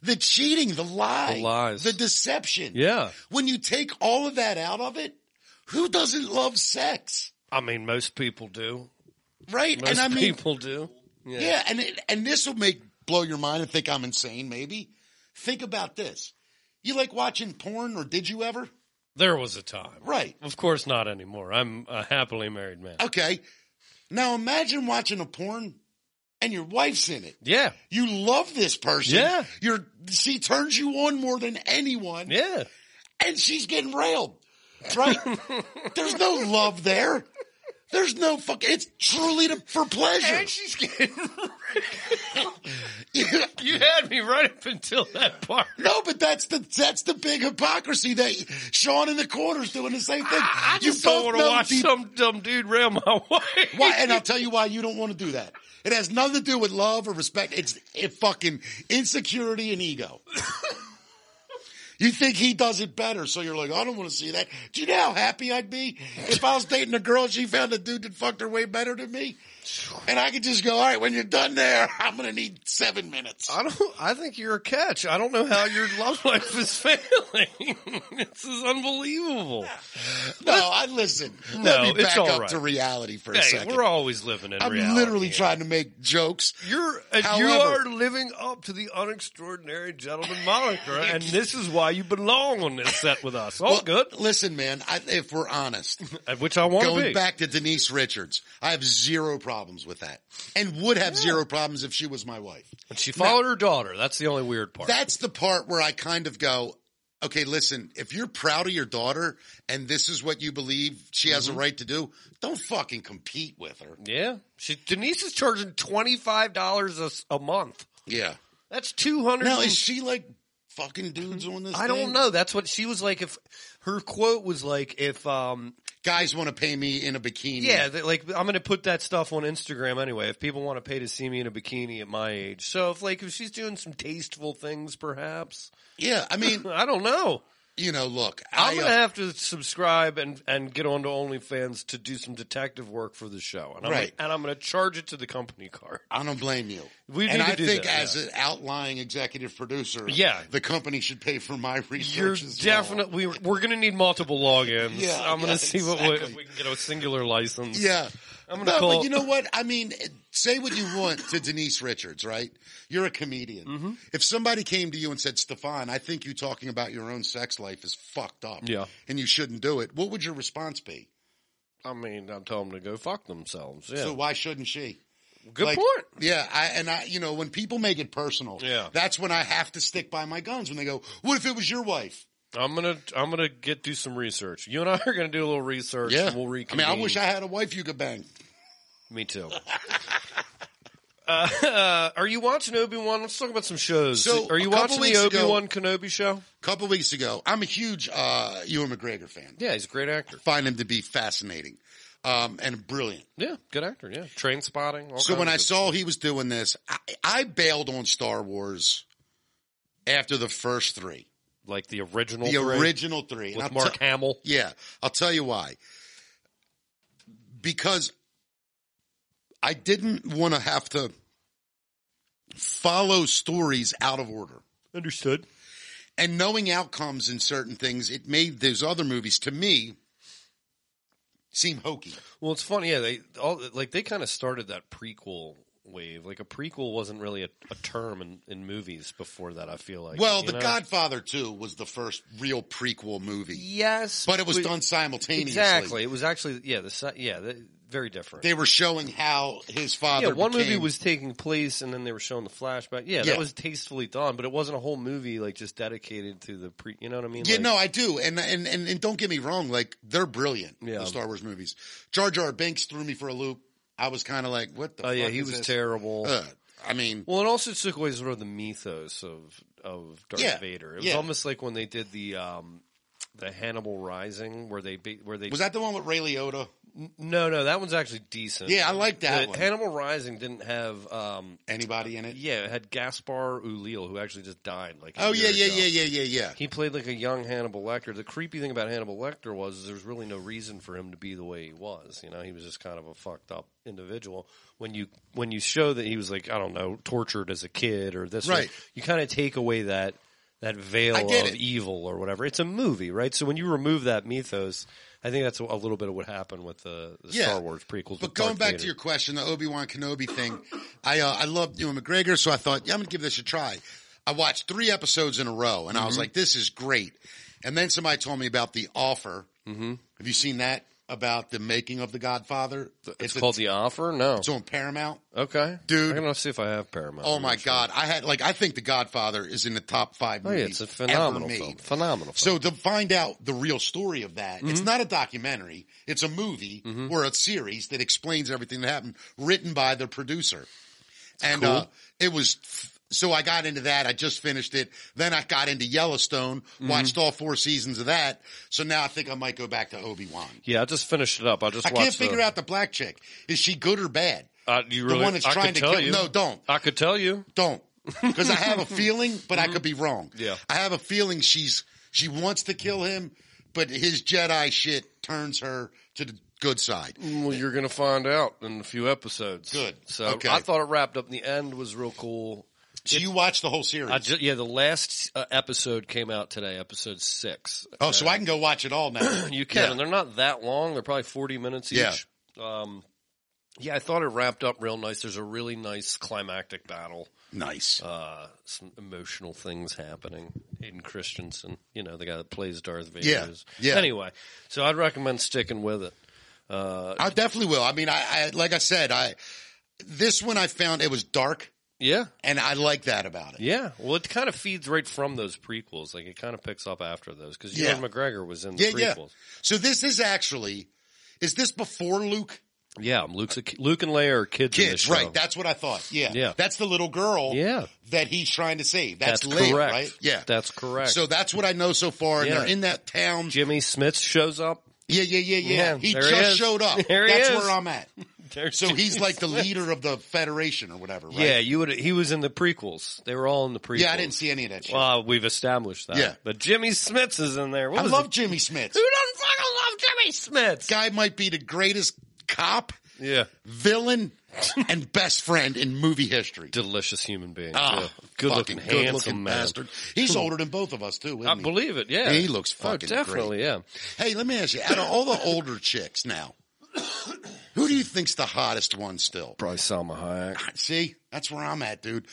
S2: the cheating, the lie,
S1: The lies.
S2: the deception.
S1: Yeah.
S2: When you take all of that out of it, who doesn't love sex?
S1: I mean, most people do.
S2: Right?
S1: Most
S2: and I mean,
S1: people do.
S2: yeah. and it, and this will make blow your mind and think I'm insane. Maybe think about this. You like watching porn, or did you ever?
S1: There was a time.
S2: Right.
S1: Of course not anymore. I'm a happily married man.
S2: Okay. Now imagine watching a porn and your wife's in it.
S1: Yeah.
S2: You love this person.
S1: Yeah.
S2: You're she turns you on more than anyone
S1: Yeah.
S2: and she's getting railed. Right? There's no love there. There's no fuck it's truly to, for pleasure.
S1: she's getting You had me right up until that part.
S2: no, but that's the that's the big hypocrisy that Sean in the corner's doing the same thing.
S1: I just don't want to
S2: know
S1: watch
S2: deep-
S1: some dumb dude rail my wife.
S2: why and I'll tell you why you don't want to do that. It has nothing to do with love or respect. It's it fucking insecurity and ego. You think he does it better, so you're like, I don't want to see that. Do you know how happy I'd be if I was dating a girl and she found a dude that fucked her way better than me? And I could just go, all right, when you're done there, I'm going to need seven minutes.
S1: I don't. I think you're a catch. I don't know how your love life is failing. this is unbelievable.
S2: No, I listen.
S1: No,
S2: Let me
S1: it's
S2: back
S1: all
S2: up
S1: right.
S2: to reality for a
S1: Hey,
S2: second.
S1: we're always living in
S2: I'm
S1: reality.
S2: literally
S1: here.
S2: trying to make jokes.
S1: You're uh, you are
S2: However-
S1: living up to the unextraordinary gentleman moniker, and this is why you belong on this set with us. All
S2: Well,
S1: good,
S2: Listen, man, I, if we're honest,
S1: at which I want to
S2: going
S1: be.
S2: back to Denise Richards, I have zero problems with that and would have zero problems if she was my wife.
S1: And she followed her daughter. That's the only weird part.
S2: That's the part where I kind of go, okay, listen, if you're proud of your daughter and this is what you believe she has a
S1: Mm-hmm.
S2: right to do, don't fucking compete with her.
S1: yeah, she, Denise is charging twenty five dollars a, a month.
S2: Yeah.
S1: That's two hundred.
S2: Now, is she like fucking dudes on this?
S1: Mm-hmm. I
S2: thing?
S1: don't know. That's what she was like. If her quote was like, "If um,
S2: Guys want to pay me in a bikini.
S1: yeah, that, like I'm going to put that stuff on Instagram anyway. If people want to pay to see me in a bikini at my age, so if like if she's doing some tasteful things, perhaps
S2: Yeah. I mean,
S1: I don't know.
S2: you know, look,
S1: I'm
S2: I,
S1: going
S2: uh,
S1: to have to subscribe and and get onto OnlyFans to do some detective work for the show, and I'm
S2: Right.
S1: gonna, and I'm going to charge it to the company card.
S2: I don't blame you.
S1: We
S2: and
S1: need to
S2: I
S1: do
S2: think
S1: that,
S2: as
S1: yeah.
S2: an outlying executive producer,
S1: Yeah.
S2: the company should pay for my
S1: You're
S2: research. as well.
S1: definitely we're, we're going to need multiple logins.
S2: Yeah,
S1: I'm going to
S2: yeah,
S1: see what we,
S2: exactly.
S1: if we can get a singular license.
S2: Yeah.
S1: I'm gonna
S2: no,
S1: call-
S2: but you know what? I mean, say what you want to Denise Richards, right? You're a comedian.
S1: Mm-hmm.
S2: If somebody came to you and said, Stefan, I think you talking about your own sex life is fucked up.
S1: Yeah.
S2: And you shouldn't do it. What would your response be?
S1: I mean, I'm telling them to go fuck themselves. Yeah,
S2: So why shouldn't she?
S1: good
S2: Like,
S1: point.
S2: Yeah, I and I, you know, when people make it personal,
S1: Yeah.
S2: that's when I have to stick by my guns. When they go, "What if it was your wife?"
S1: I'm gonna I'm gonna get do some research. You and I are gonna do a little research. and we'll
S2: I
S1: reconvene.
S2: mean, I wish I had a wife you could bang.
S1: Me too. uh, are you watching Obi Wan? Let's talk about some shows.
S2: So,
S1: are you
S2: a
S1: watching
S2: couple
S1: the
S2: weeks
S1: Obi
S2: ago-
S1: Wan Kenobi show?
S2: A couple weeks ago, I'm a huge uh, Ewan McGregor fan.
S1: Yeah, he's a great actor.
S2: Find him to be fascinating um, and brilliant.
S1: Yeah, good actor. Yeah, Train Spotting. all
S2: So
S1: kinds
S2: when
S1: of
S2: I
S1: good-
S2: saw he was doing this, I, I bailed on Star Wars after the first three,
S1: like the original,
S2: the
S1: three
S2: original three, And I'll
S1: with Mark
S2: te-
S1: Hamill.
S2: Yeah, I'll tell you why. Because I didn't want to have to follow stories out of order.
S1: Understood.
S2: And knowing outcomes in certain things, it made those other movies to me seem hokey.
S1: Well, it's funny. Yeah, they all like they kind of started that prequel wave. Like a prequel wasn't really a, a term in, in movies before that. I feel like.
S2: Well,
S1: you
S2: The
S1: know?
S2: Godfather 2 was the first real prequel movie,
S1: Yes,
S2: but it was done simultaneously.
S1: Exactly. It was actually yeah, the si- yeah, the, very different.
S2: They were showing how his father.
S1: yeah, one movie
S2: became-
S1: was taking place, and then they were showing the flashback. Yeah,
S2: Yeah.
S1: that was tastefully done, but it wasn't a whole movie like just dedicated to the pre. You know what I mean?
S2: Yeah,
S1: Like,
S2: no, I do, and and and, and don't get me wrong, like they're brilliant.
S1: Yeah.
S2: the Star Wars movies. Jar Jar Binks threw me for a loop. I was kind of like, what the?
S1: Oh yeah,
S2: fuck
S1: he
S2: is
S1: was
S2: this?
S1: terrible.
S2: Uh, I mean,
S1: well, it also took away sort of the mythos of of Darth
S2: Yeah,
S1: Vader. It was
S2: yeah.
S1: almost like when they did the um the Hannibal Rising, where they ba- where they
S2: was that the one with Ray Liotta?
S1: Uh, no no that one's actually decent.
S2: Yeah, I like that
S1: The
S2: one.
S1: Hannibal Rising didn't have um
S2: Anybody in it?
S1: uh, yeah it had Gaspar Ulil who actually just died like a
S2: Oh
S1: year
S2: yeah, yeah,
S1: ago.
S2: yeah, yeah, yeah, yeah.
S1: He played like a young Hannibal Lecter. The creepy thing about Hannibal Lecter was there's really no reason for him to be the way he was. You know, he was just kind of a fucked up individual. When you when you show that he was like I don't know tortured as a kid or this, or-
S2: Right.
S1: you kind of take away that that veil
S2: I
S1: of
S2: get it.
S1: evil or whatever. It's a movie, right? So when you remove that mythos, I think that's a, a little bit of what happened with the, the
S2: Yeah.
S1: Star Wars prequels.
S2: But
S1: with
S2: going
S1: Darth
S2: back
S1: Vader.
S2: to your question, the Obi Wan Kenobi thing, I uh, I loved Ewan McGregor, so I thought, yeah, I'm gonna give this a try. I watched three episodes in a row, and I
S1: Mm-hmm.
S2: was like, this is great. And then somebody told me about the offer. Mm-hmm. Have you seen that about the making of the Godfather?
S1: it's,
S2: a-
S1: called The Offer. No,
S2: it's on Paramount.
S1: okay,
S2: Dude.
S1: I'm gonna see if I have Paramount.
S2: Oh my God! I had like I think the Godfather is in the top five.
S1: Oh, yeah,
S2: movies
S1: it's a
S2: ever
S1: phenomenal
S2: made.
S1: film. Phenomenal. Film.
S2: So to find out the real story of that,
S1: Mm-hmm.
S2: it's not a documentary. It's a movie or a series that explains everything that happened, written by the producer. And uh, it was so I got into that. I just finished it. Then I got into Yellowstone,
S1: Mm-hmm.
S2: watched all four seasons of that. So now I think I might go back to Obi Wan.
S1: yeah, I just finished it up. I just
S2: I
S1: watched
S2: can't figure
S1: the,
S2: out the black chick. Is she good or bad?
S1: Uh, you
S2: The
S1: really,
S2: one that's
S1: I
S2: trying
S1: could
S2: to
S1: tell
S2: kill-
S1: you.
S2: no, don't.
S1: I could tell you.
S2: Don't. Because I have a feeling, but I could be wrong.
S1: Mm-hmm. Yeah.
S2: I have a feeling she's she wants to kill him, but his Jedi shit turns her to the good side.
S1: Well, you're going to find out in a few episodes.
S2: Good.
S1: So
S2: Okay.
S1: I thought it wrapped up. and The end was real cool.
S2: So you watch the whole series.
S1: I just, yeah, the last uh, episode came out today, episode six.
S2: oh, so I can go watch it all now.
S1: You can,
S2: Yeah.
S1: and they're not that long. They're probably forty minutes
S2: Yeah.
S1: each. Um, yeah, I thought it wrapped up real nice. There's a really nice climactic battle.
S2: Nice.
S1: Uh, some emotional things happening. Aiden Christensen, you know, the guy that plays Darth Vader.
S2: Yeah,
S1: is-
S2: yeah.
S1: Anyway, so I'd recommend sticking with it.
S2: I definitely will. I mean, I, I like I said, I this one I found it was dark,
S1: Yeah,
S2: and I like that about it.
S1: yeah. Well, it kind of feeds right from those prequels. Like it kind of picks up after those because Ewan
S2: Yeah.
S1: McGregor was in the
S2: Yeah, yeah.
S1: prequels.
S2: So this is actually is this before Luke?
S1: Yeah, Luke's a, Luke and Leia are kids. in this
S2: Kids,
S1: show.
S2: right? That's what I thought. Yeah,
S1: Yeah.
S2: That's the little girl.
S1: Yeah.
S2: that he's trying to save. That's,
S1: that's
S2: Leia,
S1: correct.
S2: right? Yeah,
S1: that's correct.
S2: So that's what I know so far. And
S1: Yeah.
S2: they're in that town.
S1: Jimmy Smith shows up.
S2: Yeah, yeah, yeah, yeah.
S1: Yeah,
S2: he
S1: there he
S2: just
S1: is.
S2: showed up.
S1: There he
S2: that's
S1: is.
S2: where I'm at.
S1: There's
S2: So
S1: Jimmy
S2: he's like the leader of the Federation or whatever, right?
S1: Yeah, you would. He was in the prequels. They were all in the prequels.
S2: Yeah, I didn't see any of that shit.
S1: Well, we've established that.
S2: Yeah.
S1: but Jimmy Smits is in there. What
S2: I
S1: was
S2: love
S1: it?
S2: Jimmy Smith.
S1: Who doesn't fucking love Jimmy Smits?
S2: Guy might be the greatest cop,
S1: Yeah,
S2: villain, and best friend in movie history.
S1: delicious human being.
S2: Ah,
S1: yeah. good looking,
S2: fucking good-looking
S1: handsome man.
S2: bastard. He's older than both of us too, isn't
S1: I
S2: he?
S1: believe it. Yeah,
S2: He looks
S1: Oh,
S2: fucking
S1: definitely. Yeah,
S2: hey, let me ask you: out of all the older chicks now, who do you think's the hottest one still?
S1: probably Salma Hayek.
S2: See, that's where I'm at, dude.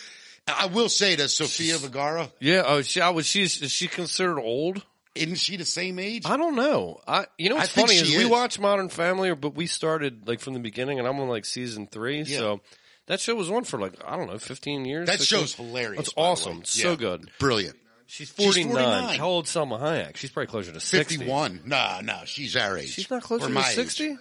S2: I I will say that Sofia Vergara
S1: Yeah. Oh, she, I was. She's is she considered old?
S2: isn't she the same age?
S1: I don't know. I you know
S2: I
S1: what's
S2: think
S1: funny
S2: she
S1: is, we
S2: is.
S1: watch Modern Family, but we started like from the beginning, and I'm on like season three.
S2: Yeah.
S1: So that show was on for like I don't know, 15 years.
S2: That
S1: 16.
S2: show's hilarious.
S1: That's
S2: by the way.
S1: awesome. So
S2: Yeah.
S1: good.
S2: brilliant.
S1: She's 49.
S2: 49.
S1: How old Selma Hayek? She's probably closer to 60.
S2: Fifty-one. Nah, nah, she's our age.
S1: She's not
S2: Or
S1: closer to
S2: my age.
S1: 60.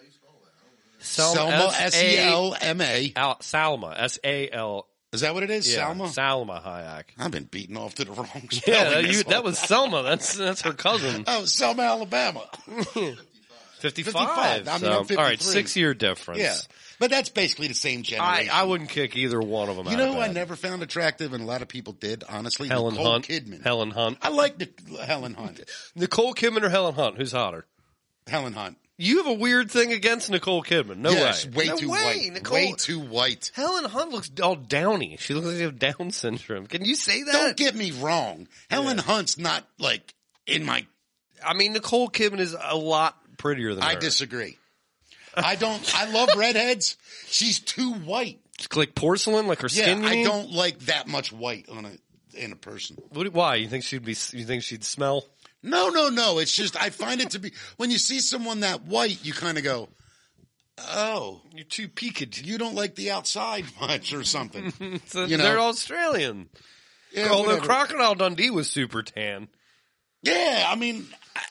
S2: Selma S E
S1: S-A-
S2: L M A.
S1: Al- Salma S A L.
S2: Is that what it is?
S1: yeah,
S2: Salma.
S1: Salma Hayek.
S2: I've been beating off to the wrong. Spelling
S1: Yeah,
S2: this
S1: you,
S2: whole
S1: that was Selma. That's that's her cousin.
S2: Oh, Selma, Alabama.
S1: 55.
S2: 55. I mean,
S1: so,
S2: I'm
S1: all right,
S2: 53.
S1: six year difference.
S2: Yeah, but that's basically the same generation.
S1: I, I wouldn't kick either one of them.
S2: you
S1: out
S2: know,
S1: of
S2: who I
S1: bed.
S2: never found attractive, and a lot of people did. Honestly,
S1: Helen
S2: Nicole
S1: Hunt.
S2: Kidman.
S1: Helen Hunt.
S2: I like Nic- Helen Hunt.
S1: Nicole Kidman or Helen Hunt? Who's hotter?
S2: Helen Hunt.
S1: You have a weird thing against Nicole Kidman. No
S2: yes,
S1: way.
S2: way
S1: No
S2: too
S1: way,
S2: white.
S1: Nicole.
S2: Way too white.
S1: Helen Hunt looks all downy. She looks like she has Down syndrome. Can you say that?
S2: Don't get me wrong. Helen Hunt's not like in my.
S1: I mean, Nicole Kidman is a lot prettier than
S2: I
S1: her.
S2: disagree. I don't. I love redheads. She's too white.
S1: like porcelain, like her
S2: Yeah,
S1: skin. you
S2: I
S1: mean?
S2: don't like that much white on a in a person.
S1: What, why you think she'd be? You think she'd smell?
S2: No, no, no. It's just I find it to be when you see someone that white, you kind of go, "Oh,
S1: You're too peaked.
S2: you don't like the outside much or something." You know.
S1: They're Australian.
S2: Yeah,
S1: Although
S2: whatever.
S1: Crocodile Dundee was super tan.
S2: Yeah, I mean, I,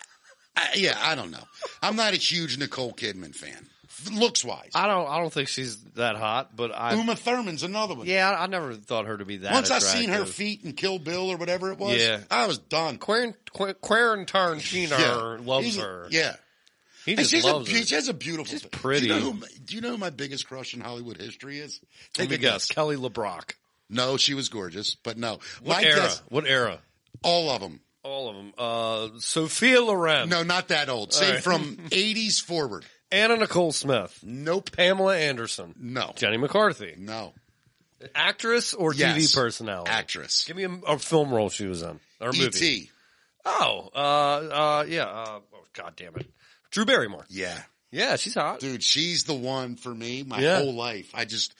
S2: I, yeah, I don't know. I'm not a huge Nicole Kidman fan, looks wise.
S1: I don't. I don't think she's that hot, but I.
S2: Uma Thurman's another one.
S1: Yeah, I, I never thought her to be that.
S2: Um, Once I
S1: attractive.
S2: seen her feet in Kill Bill or whatever it was,
S1: Yeah.
S2: I was done.
S1: Quentin Qu- Quentin Tarantino loves
S2: He's a-
S1: her.
S2: Yeah,
S1: He
S2: and
S1: just
S2: she's a,
S1: loves her.
S2: she has a beautiful.
S1: She's
S2: face.
S1: pretty.
S2: Do you, know who, my- do you know who my biggest crush in Hollywood history is?
S1: Let
S2: Take
S1: me
S2: a
S1: guess. Kelly LeBrock.
S2: No, she was gorgeous, but no.
S1: What
S2: my
S1: era?
S2: guess,
S1: What era?
S2: all of them.
S1: All of them. Uh, Sophia Loren.
S2: No, not that old. Say from '80s forward.
S1: Anna Nicole Smith.
S2: Nope.
S1: Pamela Anderson.
S2: No.
S1: Jenny McCarthy.
S2: No.
S1: Actress or
S2: Yes.
S1: TV personality?
S2: Actress. E
S1: Give me a, a film role she was in. Or movie.
S2: E.T.
S1: Oh, uh, uh, yeah. Uh, oh, God damn it. Drew Barrymore.
S2: Yeah.
S1: Yeah, she's hot.
S2: dude, she's the one for me my
S1: Yeah.
S2: whole life. I just,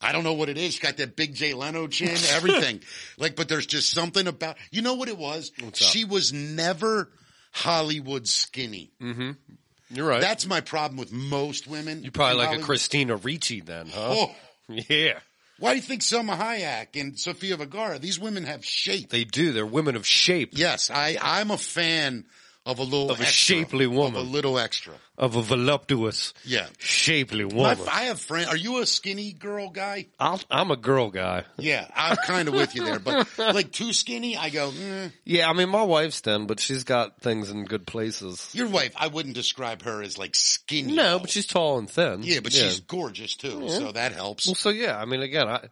S2: I don't know what it is. She got that big Jay Leno chin, everything. like, but there's just something about, you know what it was? she was never Hollywood skinny.
S1: You're right.
S2: That's my problem with most women.
S1: You're probably
S2: in
S1: like a
S2: Hollywood.
S1: Christina Ricci then, huh?
S2: Oh,
S1: Yeah.
S2: why do you think Selma Hayek and Sofia Vergara, these women have shape?
S1: They do. They're women of shape.
S2: Yes, I, I'm a fan of a little
S1: Of a
S2: extra,
S1: shapely woman.
S2: of a little extra.
S1: Of a voluptuous,
S2: Yeah.
S1: shapely
S2: My,
S1: woman.
S2: I have friends. Are you a skinny girl guy?
S1: I'll, I'm a girl guy.
S2: Yeah, I'm kind of with you there, but like too skinny, I go. "Eh."
S1: Yeah, I mean, my wife's thin, but she's got things in good places.
S2: Your wife, I wouldn't describe her as like skinny.
S1: No,
S2: though.
S1: but she's tall and thin.
S2: yeah, but she's gorgeous too, so that helps.
S1: Well, so yeah, I mean, again, I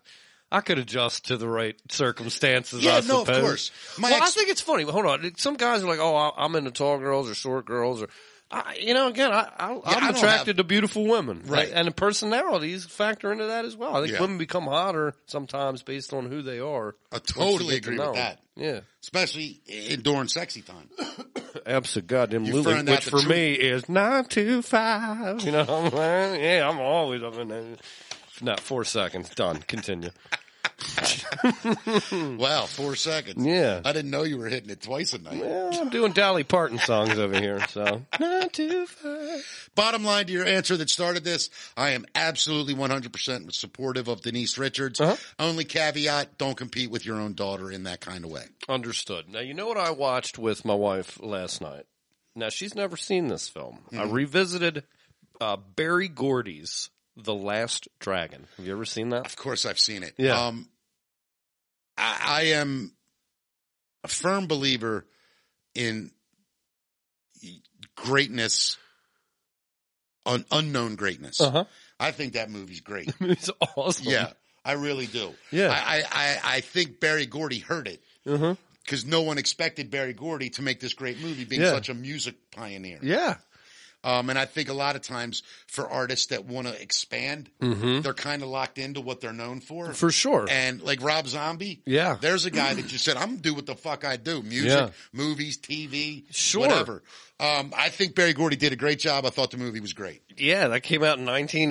S1: I could adjust to the right circumstances.
S2: Yeah,
S1: I
S2: no, of
S1: suppose.
S2: course. My
S1: well,
S2: ex-
S1: I think it's funny. Hold on, some guys are like, "Oh, I- I'm into tall girls or short girls," or I, you know, again, I, I,
S2: I
S1: I'm
S2: don't
S1: attracted
S2: have-
S1: to beautiful women,
S2: Right.
S1: And the personalities factor into that as well. I think
S2: Yeah.
S1: women become hotter sometimes based on who they are.
S2: I
S1: once you
S2: totally
S1: get to
S2: agree
S1: know
S2: with
S1: 'em.
S2: that.
S1: Yeah,
S2: Especially in, during sexy time.
S1: absolutely, goddamn,
S2: You
S1: Lulu,
S2: found out
S1: which
S2: the
S1: for
S2: truth.
S1: me is nine to five. You know, I'm like, yeah, I'm always up in there. Not four seconds. Done. Continue.
S2: Wow, four seconds.
S1: Hmm. Yeah.
S2: I didn't know you were hitting it twice a night.
S1: Well, I'm doing Dolly Parton songs over here, so nine to five.
S2: Bottom line to your answer that started this, I am absolutely 100% supportive of Denise Richards.
S1: Uh-huh.
S2: Only caveat, don't compete with your own daughter in that kind of way.
S1: Understood. Now you know what I watched with my wife last night. Now she's never seen this film.
S2: Hmm.
S1: I revisited uh, Barry Gordy's The Last Dragon. Have you ever seen that?
S2: Of course, I've seen it.
S1: Yeah.
S2: Um, I, I am a firm believer in greatness, un, unknown greatness.
S1: huh.
S2: I think that movie's great.
S1: It's awesome.
S2: Uh-huh. yeah, I really do.
S1: Yeah.
S2: I, I, I, I think Barry Gordy heard it.
S1: Uh-huh.
S2: Because no one expected Barry Gordy to make this great movie, being
S1: Yeah.
S2: such a music pioneer.
S1: Yeah.
S2: Um, and I think a lot of times for artists that want to expand, they're kind of locked into what they're known for.
S1: Mm-hmm. For sure.
S2: And like Rob Zombie,
S1: Yeah.
S2: there's a guy that just said, "I'm gonna do what the fuck I do: music,
S1: Yeah.
S2: movies, TV,
S1: Sure.
S2: whatever." Um, I think Barry Gordy did a great job. I thought the movie was great.
S1: Yeah, that came out in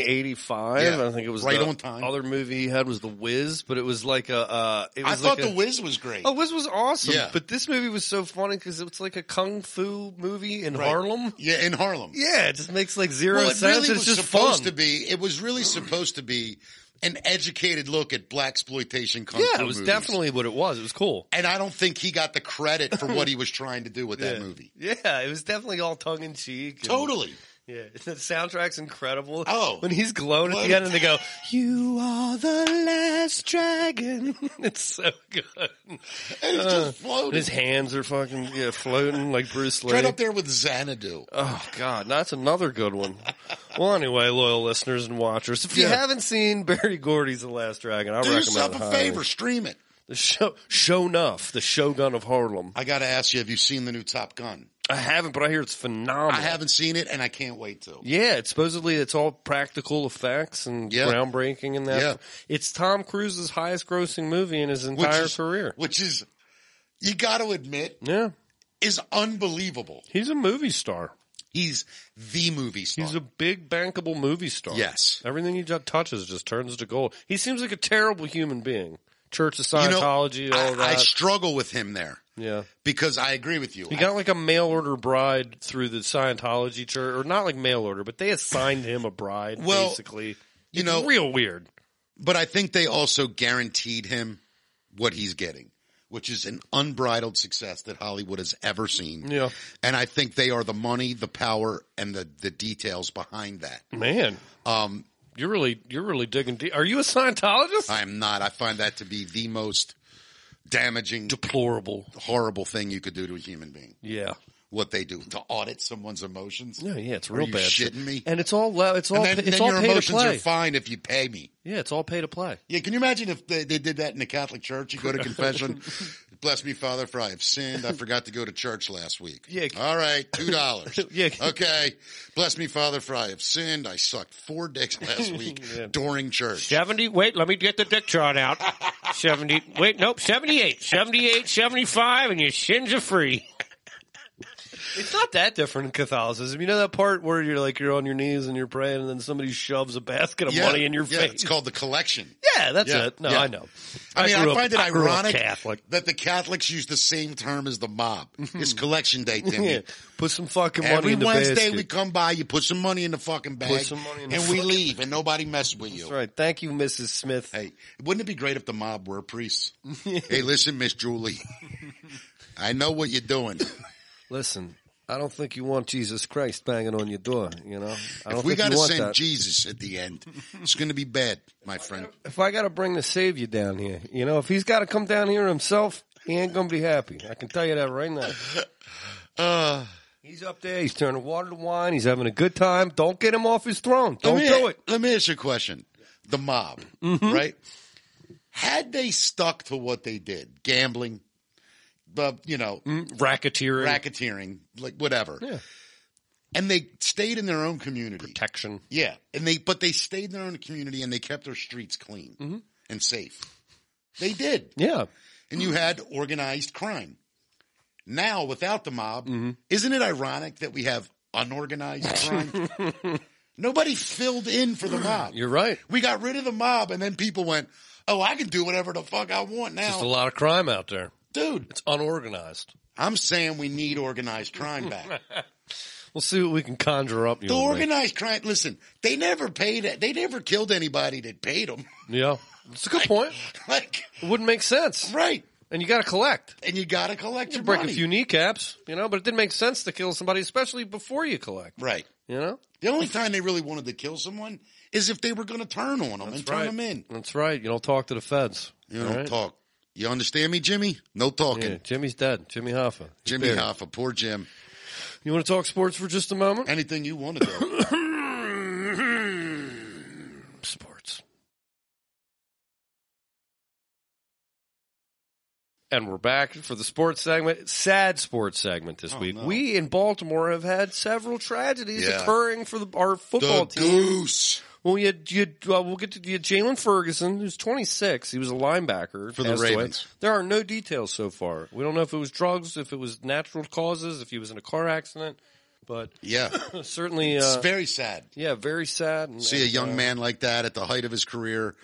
S1: 1985.
S2: Yeah,
S1: I think it was
S2: right
S1: the
S2: on time.
S1: Other movie he had was The Wiz, but it was like a. Uh, it
S2: I
S1: was
S2: thought
S1: like a-
S2: The Wiz was great.
S1: Oh, Wiz was awesome.
S2: Yeah.
S1: But this movie was so funny because it was like a kung fu movie in
S2: Right.
S1: Harlem.
S2: yeah, in Harlem.
S1: Yeah, it just makes like zero
S2: well, it
S1: sense.
S2: really
S1: and
S2: was
S1: it's just
S2: supposed
S1: fun.
S2: to be. It was really supposed to be an educated look at black exploitation.
S1: yeah, it was definitely what it was. It was cool.
S2: And I don't think he got the credit for what he was trying to do with that
S1: yeah.
S2: movie.
S1: Yeah, it was definitely all tongue in cheek. and-
S2: Totally.
S1: Yeah, the soundtrack's incredible.
S2: Oh.
S1: when he's glowing at
S2: What?
S1: the end, and they go, "You are the last dragon." it's so good.
S2: And it's just
S1: And
S2: floating.
S1: his hands are fucking yeah, floating like Bruce Lee.
S2: Right up there with Xanadu.
S1: Oh God, that's another good one. Well, anyway, loyal listeners and watchers, if you
S2: Yeah.
S1: haven't seen Barry Gordy's The Last Dragon, I
S2: Do
S1: recommend it
S2: yourself a
S1: highly.
S2: favor, stream it.
S1: The show, Shonuff, the Shogun of Harlem.
S2: I got to ask you, have you seen the new Top Gun?
S1: I haven't, but I hear it's phenomenal.
S2: I haven't seen it, and I can't wait to.
S1: Yeah, it's supposedly it's all practical effects and
S2: Yeah.
S1: groundbreaking and that.
S2: Yeah.
S1: It's Tom Cruise's highest-grossing movie in his
S2: Which
S1: entire
S2: is-
S1: career.
S2: Which is, you got to admit,
S1: Yeah,
S2: is unbelievable.
S1: he's a movie star.
S2: He's the movie star.
S1: He's a big bankable movie star.
S2: Yes.
S1: Everything he ju- touches just turns to gold. He seems like a terrible human being. Church of
S2: You know,
S1: Scientology, all
S2: I, I
S1: that.
S2: struggle with him there
S1: yeah.
S2: because I agree with you.
S1: He got like a mail order bride through the Scientology church, or not like mail order, but they assigned him a bride,
S2: Well,
S1: basically.
S2: you
S1: It's
S2: know-
S1: real weird.
S2: but I think they also guaranteed him what he's getting, which is an unbridled success that Hollywood has ever seen.
S1: Yeah.
S2: And I think they are the money, the power, and the, the details behind that.
S1: Man,
S2: Um,
S1: you're really, you're really digging deep. Are you a Scientologist?
S2: I am not. I find that to be the most damaging,
S1: Deplorable.
S2: horrible thing you could do to a human being.
S1: Yeah.
S2: What they do to audit someone's emotions.
S1: Yeah, yeah, it's
S2: Are
S1: real
S2: you
S1: bad.
S2: shitting me?
S1: And it's all, lo- it's all,
S2: And then,
S1: it's
S2: then
S1: all
S2: your
S1: pay to
S2: emotions
S1: play.
S2: are fine if you pay me.
S1: yeah, it's all pay to play.
S2: Yeah, can you imagine if they, they did that in the Catholic Church? You go to confession, bless me, Father, for I have sinned. I forgot to go to church last week.
S1: Yeah.
S2: All right, two dollars.
S1: Yeah.
S2: Okay, bless me, Father, for I have sinned. I sucked four dicks last week during church.
S1: 70, wait, let me get the dick chart out. 70, wait, nope, 78. 78, 75, and your sins are free. It's not that different in Catholicism. You know that part where you're like, you're on your knees and you're praying and then somebody shoves a basket of money in your
S2: yeah,
S1: face.
S2: It's called the collection.
S1: yeah, that's
S2: Yeah,
S1: it. No,
S2: yeah.
S1: I know.
S2: I mean, I,
S1: grew up-
S2: find it
S1: I grew up
S2: ironic
S1: Catholic. Mm-hmm.
S2: that the Catholics use the same term as the mob. It's collection day, Timmy.
S1: Yeah. Put some fucking money
S2: Every
S1: in the
S2: Wednesday
S1: basket.
S2: we come by, you put some money in the fucking bag,
S1: some money in the
S2: and we
S1: fucking-
S2: leave, and nobody messes with you.
S1: That's right. Thank you, Mrs. Smith.
S2: Hey, wouldn't it be great if the mob were priests? hey, listen, Miss Julie, I know what you're doing.
S1: Listen, I don't think you want Jesus Christ banging on your door, you know? I don't
S2: If we
S1: think
S2: got to
S1: you want
S2: send
S1: that.
S2: Jesus at the end, it's going to be bad, my friend.
S1: if I got to bring the savior down here, you know, if he's got to come down here himself, he ain't gonna be happy. I can tell you that right now.
S2: Uh,
S1: He's up there. He's turning water to wine. He's having a good time. Don't get him off his throne. Don't
S2: let me-
S1: do it. Mm-hmm.
S2: Let me ask you a question. The mob, right? Had they stuck to what they did, gambling, but you know,
S1: Racketeering,
S2: racketeering, like whatever,
S1: Mm-hmm. Yeah.
S2: and they stayed in their own community.
S1: protection.
S2: Yeah, and they but they stayed in their own community and they kept their streets clean
S1: Mm-hmm.
S2: and safe. They did
S1: Yeah.
S2: and you had organized crime. Now, without the mob,
S1: Mm-hmm.
S2: isn't it ironic that we have unorganized crime? Nobody filled in for the mob.
S1: You're right.
S2: We got rid of the mob, and then people went, "Oh, I can do whatever the fuck I want
S1: Just a
S2: now,
S1: lot of crime out there.
S2: dude."
S1: It's unorganized.
S2: I'm saying we need organized crime back.
S1: We'll see what we can conjure up. you
S2: the
S1: and me.
S2: organized crime. Listen, they never paid. They never killed anybody that paid them.
S1: Yeah. It's a good point.
S2: like,
S1: It wouldn't make sense.
S2: right?
S1: And you got to collect.
S2: And you got to collect your
S1: Break
S2: money.
S1: a few kneecaps, you know, but it didn't make sense to kill somebody, especially before you collect,
S2: right.
S1: you know?
S2: The only time they really wanted to kill someone is if they were going to turn on them and turn
S1: right.
S2: them in.
S1: That's right. You don't talk to the feds.
S2: You don't
S1: All right?
S2: talk. You understand me, Jimmy? No talking.
S1: Yeah, Jimmy's dead. Jimmy Hoffa. He's
S2: Jimmy
S1: buried.
S2: Hoffa, poor Jim.
S1: You want to talk sports for just a moment?
S2: Anything you want to do.
S1: sports. And we're back for the sports segment. Sad sports segment this week.
S2: Oh, no.
S1: We in Baltimore have had several tragedies
S2: Yeah.
S1: occurring for the, our football
S2: the
S1: team.
S2: goose
S1: Well, you had, you had- well, we'll get to you had Jalen Ferguson, who's 26. He was a linebacker
S2: For the
S1: passed away.
S2: Ravens.
S1: There are no details so far. We don't know if it was drugs, if it was natural causes, if he was in a car accident, but
S2: Yeah,
S1: certainly,
S2: it's
S1: uh,
S2: very sad.
S1: yeah, very sad. And,
S2: See a
S1: and,
S2: young
S1: uh,
S2: man like that at the height of his career.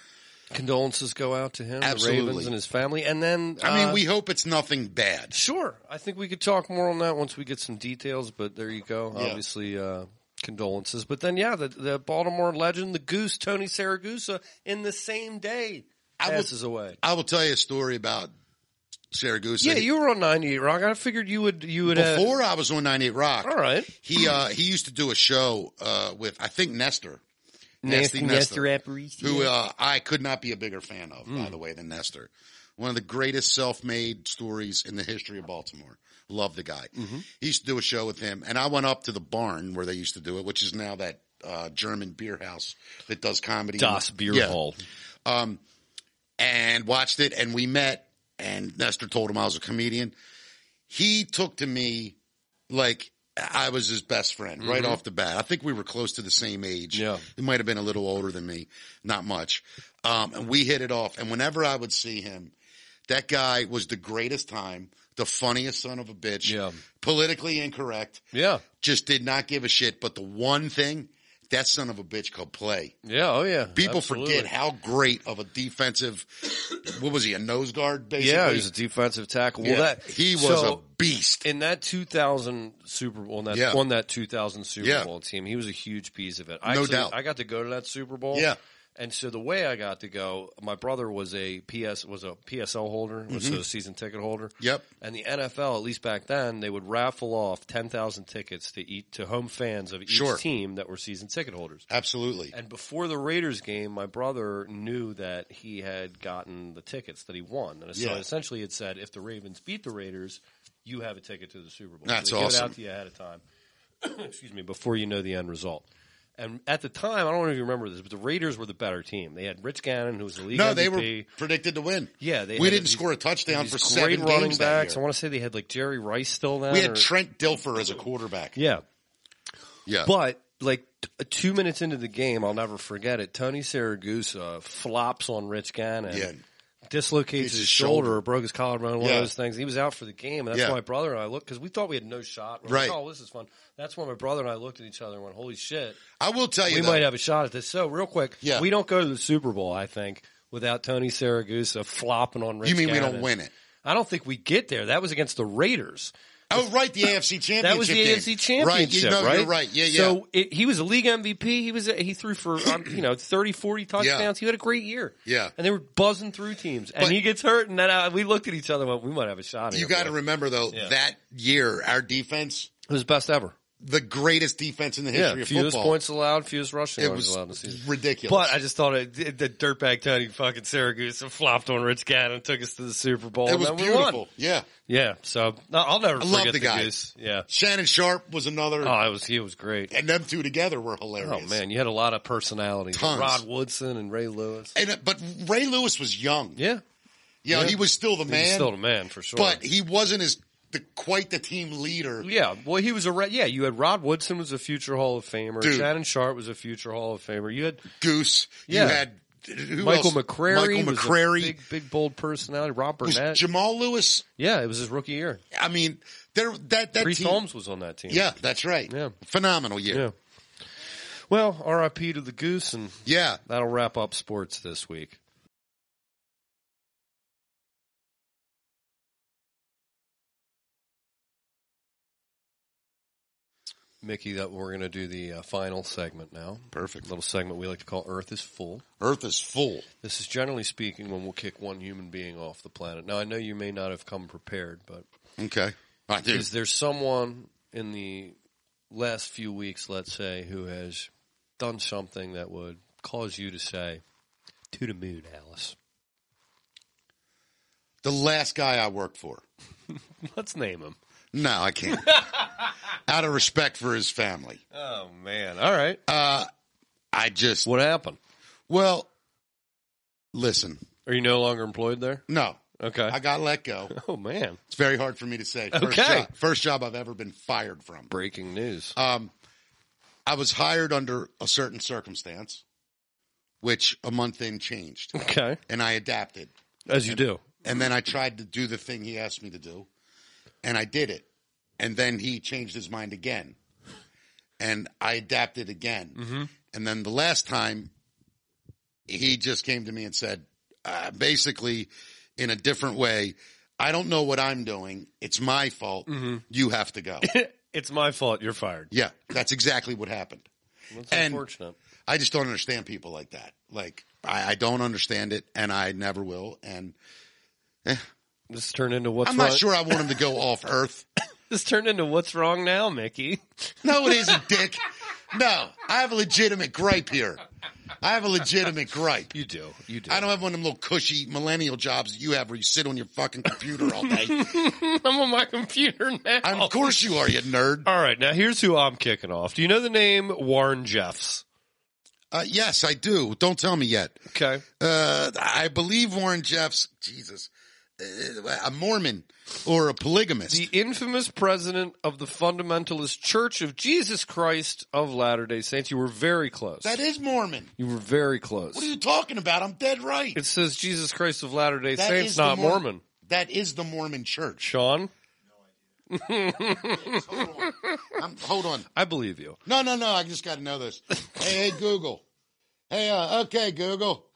S1: Condolences go out to him,
S2: Absolutely.
S1: the Ravens, and his family. And then,
S2: I mean,
S1: uh,
S2: we hope it's nothing bad.
S1: sure. I think we could talk more on that once we get some details. But there you go.
S2: Yeah.
S1: Obviously, uh, condolences. But then, yeah, the, the Baltimore legend, the Goose, Tony Saragusa, in the same day
S2: will-
S1: passes away.
S2: I will tell you a story about Saragusa.
S1: Yeah, you were on ninety eight Rock. I figured you would. You would. uh,
S2: Before I was on 98 Rock,
S1: all right.
S2: he uh, he used to do a show uh, with I think Nestor. Nasty Nestor.
S1: Aparicio.
S2: who uh, I could not be a bigger fan of, by the way, than Nestor. One of the greatest self-made stories in the history of Baltimore. Love the guy. He used to do a show with him, and I went up to the barn where they used to do it, which is now that uh, German beer house that does comedy.
S1: Das Beer
S2: Yeah.
S1: Hall.
S2: And watched it, and we met, and Nestor told him I was a comedian. He took to me like I was his best friend right off the bat. I think we were close to the same age.
S1: Mm-hmm. Yeah.
S2: He might have been a little older than me, not much. Um, and we hit it off. And whenever I would see him, that guy was the greatest time, the funniest son of a bitch,
S1: Yeah.
S2: politically incorrect,
S1: Yeah.
S2: just did not give a shit. But the one thing, that son of a bitch could play.
S1: Yeah. Oh yeah.
S2: People
S1: Absolutely.
S2: forget how great of a defensive, what was he, a nose guard, basically?
S1: Yeah, he was a defensive tackle. Well,
S2: Yeah.
S1: that
S2: he was
S1: so-
S2: a beast.
S1: in that 2000 Super Bowl, on that
S2: Yeah.
S1: on that 2000 Super
S2: Yeah.
S1: Bowl team, he was a huge piece of it. I
S2: No
S1: actually,
S2: doubt.
S1: I got to go to that Super Bowl.
S2: Yeah.
S1: And so the way I got to go, my brother was a PS was a PSL holder, was a season ticket holder.
S2: Mm-hmm. Yep.
S1: And the NFL, at least back then, they would raffle off ten thousand tickets to eat to home fans of each
S2: Sure.
S1: team that were season ticket holders.
S2: Absolutely.
S1: And before the Raiders game, my brother knew that he had gotten the tickets that he won, and so
S2: Yeah.
S1: essentially it said, if the Ravens beat the Raiders, you have a ticket to the Super Bowl.
S2: That's
S1: so they give
S2: awesome.
S1: It out to you ahead of time. Excuse me, before you know the end result. And at the time, I don't know if you remember this, but the Raiders were the better team. They had Rich Gannon, who was the league
S2: No,
S1: MVP.
S2: they were predicted to win.
S1: Yeah, they
S2: we
S1: had
S2: didn't
S1: these-
S2: score a touchdown
S1: these
S2: for
S1: great
S2: seven
S1: running
S2: games that
S1: backs. I
S2: year.
S1: want to say they had like Jerry Rice still then.
S2: We
S1: or-
S2: had Trent Dilfer as a quarterback.
S1: yeah,
S2: yeah.
S1: But like t- two minutes into the game, I'll never forget it. Tony Saragusa flops on Rich Gannon,
S2: Yeah.
S1: dislocates
S2: Hits
S1: his,
S2: his
S1: shoulder,
S2: shoulder.
S1: broke his collarbone, one
S2: Yeah.
S1: of those things. He was out for the game, and that's
S2: Yeah.
S1: why my brother and I looked because we thought we had no shot. We're
S2: Right.
S1: Like, oh, this is fun. That's why my brother and I looked at each other and went, "Holy shit,
S2: I will tell you,
S1: we
S2: though,
S1: might have a shot at this." So real quick,
S2: Yeah.
S1: we don't go to the Super Bowl, I think, without Tony Saragusa flopping on Rich.
S2: you mean we
S1: Gannon.
S2: don't win it?
S1: I don't think we get there. That was against the Raiders.
S2: Oh, right, the AFC championship.
S1: That was the
S2: game.
S1: AFC championship,
S2: Right, you know,
S1: right?
S2: you're right. Yeah, yeah.
S1: So it, he was a league MVP. He was he threw for um, you know 30, 40 touchdowns. He had a great year.
S2: Yeah.
S1: and they were buzzing through teams, and
S2: But-
S1: he gets hurt, and then uh, we looked at each other, and went, we might have a shot.
S2: you
S1: here,
S2: got to
S1: boy."
S2: remember though that year our defense
S1: It was best ever.
S2: the greatest defense in the
S1: Yeah,
S2: history of
S1: fewest
S2: football.
S1: points allowed, fewest rushing
S2: it
S1: yards allowed in the
S2: was
S1: season.
S2: ridiculous.
S1: But I just thought it, it, the dirtbag Tony fucking Syracuse and flopped on Rich Gannon, took us to the Super Bowl.
S2: it
S1: and
S2: was
S1: then we
S2: beautiful.
S1: Won.
S2: Yeah.
S1: Yeah, so no, I'll never
S2: love
S1: forget
S2: the guy.
S1: Goose. Yeah,
S2: Shannon Sharp was another,
S1: oh, it was he was great.
S2: and them two together were
S1: Oh
S2: hilarious.
S1: man, you had a lot of personalities.
S2: Tons.
S1: Rod Woodson and Ray Lewis.
S2: And, uh, but Ray Lewis was young. Yeah,
S1: Yeah, yeah.
S2: he was still the man,
S1: he's still the man for sure.
S2: but he wasn't as the, quite the team leader.
S1: Yeah, well, he was a re- yeah. You had Rod Woodson was a future Hall of Famer.
S2: Dude.
S1: Shannon Sharp was a future Hall of Famer. You had
S2: Goose.
S1: Yeah.
S2: You had who
S1: Michael
S2: else?
S1: McCrary.
S2: Michael
S1: was a
S2: McCrary.
S1: big, big bold personality. Rob
S2: Was
S1: Burnett.
S2: Jamal Lewis.
S1: yeah, it was his rookie year.
S2: I mean, there that that
S1: Reese
S2: team.
S1: Holmes was on that team.
S2: Yeah, that's right.
S1: Yeah.
S2: phenomenal year.
S1: yeah. Well, R.I.P. to the goose, and
S2: yeah.
S1: that'll wrap up sports this week. Mickey, that we're going to do the uh, final segment now. Perfect. little segment we like to call Earth is Full.
S2: Earth is full.
S1: This is generally speaking when we'll kick one human being off the planet. Now, I know you may not have come prepared, but
S2: Okay, I do.
S1: is there someone in the last few weeks, let's say, who has done something that would cause you to say, to the moon, Alice?
S2: The last guy I worked for.
S1: Let's name him.
S2: No, I can't. Out of respect for his family,
S1: Oh, man. All right.
S2: I just
S1: what happened?
S2: well. Listen,
S1: Are you no longer employed there?
S2: no,
S1: Okay.
S2: I got let go.
S1: oh, man.
S2: It's very hard for me to say. First
S1: Okay.
S2: job, first job I've ever been fired from.
S1: Breaking news.
S2: Um, I was hired under a certain circumstance, which a month in changed,
S1: okay.
S2: and I adapted.
S1: As you do.
S2: And then I tried to do the thing he asked me to do, and I did it. And then he changed his mind again, and I adapted again. And then the last time, he just came to me and said, uh, basically, in a different way, I don't know what I'm doing. It's my fault. You have to go.
S1: it's my fault. You're fired.
S2: yeah, that's exactly what happened.
S1: That's
S2: And-
S1: unfortunate.
S2: I just don't understand people like that. Like I, I don't understand it, and I never will. And
S1: This turned into what's
S2: I'm
S1: wrong.
S2: not sure I want him to go off Earth.
S1: This turned into what's wrong now, Mickey.
S2: No, it isn't, Dick. No, I have a legitimate gripe here. I have a legitimate gripe.
S1: You do. You do.
S2: I don't have one of them little cushy millennial jobs that you have where you sit on your fucking computer all day.
S1: I'm on my computer now.
S2: I'm, of course you are, you nerd.
S1: All right, now here's who I'm kicking off. Do you know the name Warren Jeffs?
S2: Uh, yes, I do. Don't tell me yet.
S1: Okay.
S2: Uh, I believe Warren Jeffs, Jesus, uh, a Mormon or a polygamist.
S1: The infamous president of the fundamentalist Church of Jesus Christ of Latter day Saints. You were very close.
S2: that is Mormon.
S1: you were very close.
S2: What are you talking about? I'm dead right.
S1: it says Jesus Christ of Latter day
S2: That
S1: Saints,
S2: is the
S1: not
S2: Mor-
S1: Mormon.
S2: That is the Mormon church.
S1: Sean,
S2: I'm, hold on.
S1: I believe you.
S2: No, no, no. I just got to know this. Hey, hey, Google. Hey, uh, okay, Google.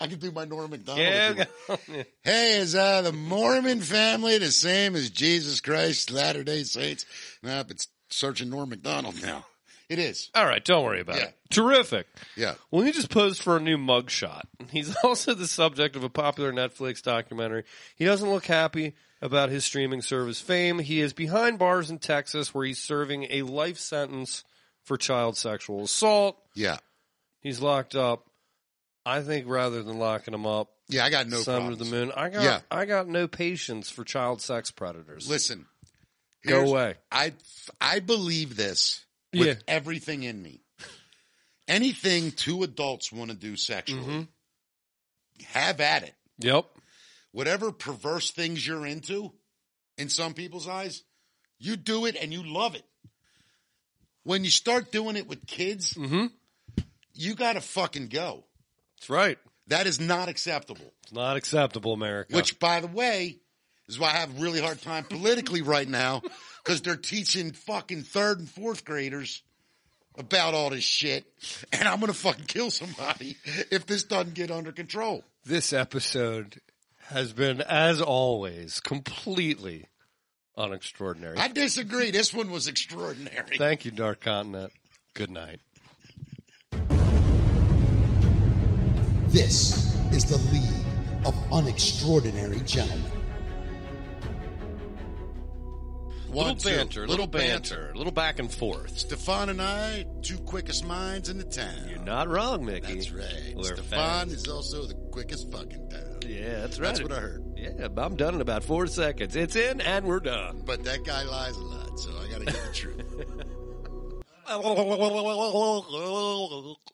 S2: I can do my Norm McDonald. if you want. Hey, is uh, the Mormon family the same as Jesus Christ, Latter day Saints? Nope, it's searching Norm McDonald now. It is.
S1: All right, don't worry about
S2: Yeah.
S1: it. Terrific.
S2: Yeah.
S1: Well, he just posed for a new mugshot. He's also the subject of a popular Netflix documentary. He doesn't look happy about his streaming service fame. He is behind bars in Texas where he's serving a life sentence for child sexual assault.
S2: Yeah.
S1: He's locked up. I think rather than locking him up,
S2: Yeah, I got no
S1: sun
S2: problem.
S1: to the moon. I got
S2: Yeah.
S1: I got no patience for child sex predators.
S2: Listen.
S1: Go
S2: here's-
S1: away.
S2: I I believe this with
S1: Yeah.
S2: everything in me. Anything two adults want to do sexually,
S1: Mm-hmm.
S2: have at it.
S1: Yep.
S2: Whatever perverse things you're into, in some people's eyes, you do it and you love it. When you start doing it with kids, you got to fucking go.
S1: That's right.
S2: That is not acceptable.
S1: It's not acceptable, America.
S2: Which, by the way, is why I have a really hard time politically right now because they're teaching fucking third and fourth graders about all this shit, and I'm gonna fucking kill somebody if this doesn't get under control.
S1: this episode has been, as always, completely unextraordinary.
S2: I disagree. This one was extraordinary.
S1: Thank you, Dark Continent. Good night.
S3: This is the League of Unextraordinary Gentlemen.
S1: Little
S2: One, two.
S1: banter, little
S2: Little
S1: banter,
S2: banter.
S1: little back and forth.
S2: Stefan and I, two quickest minds in the town.
S1: You're not wrong, Mickey.
S2: That's right.
S1: We're
S2: Stefan
S1: fans.
S2: is also the quickest fucking town.
S1: Yeah, that's right.
S2: That's what I heard.
S1: Yeah, I'm done in about four seconds. It's in and we're done.
S2: But that guy lies a lot, so I gotta get the truth.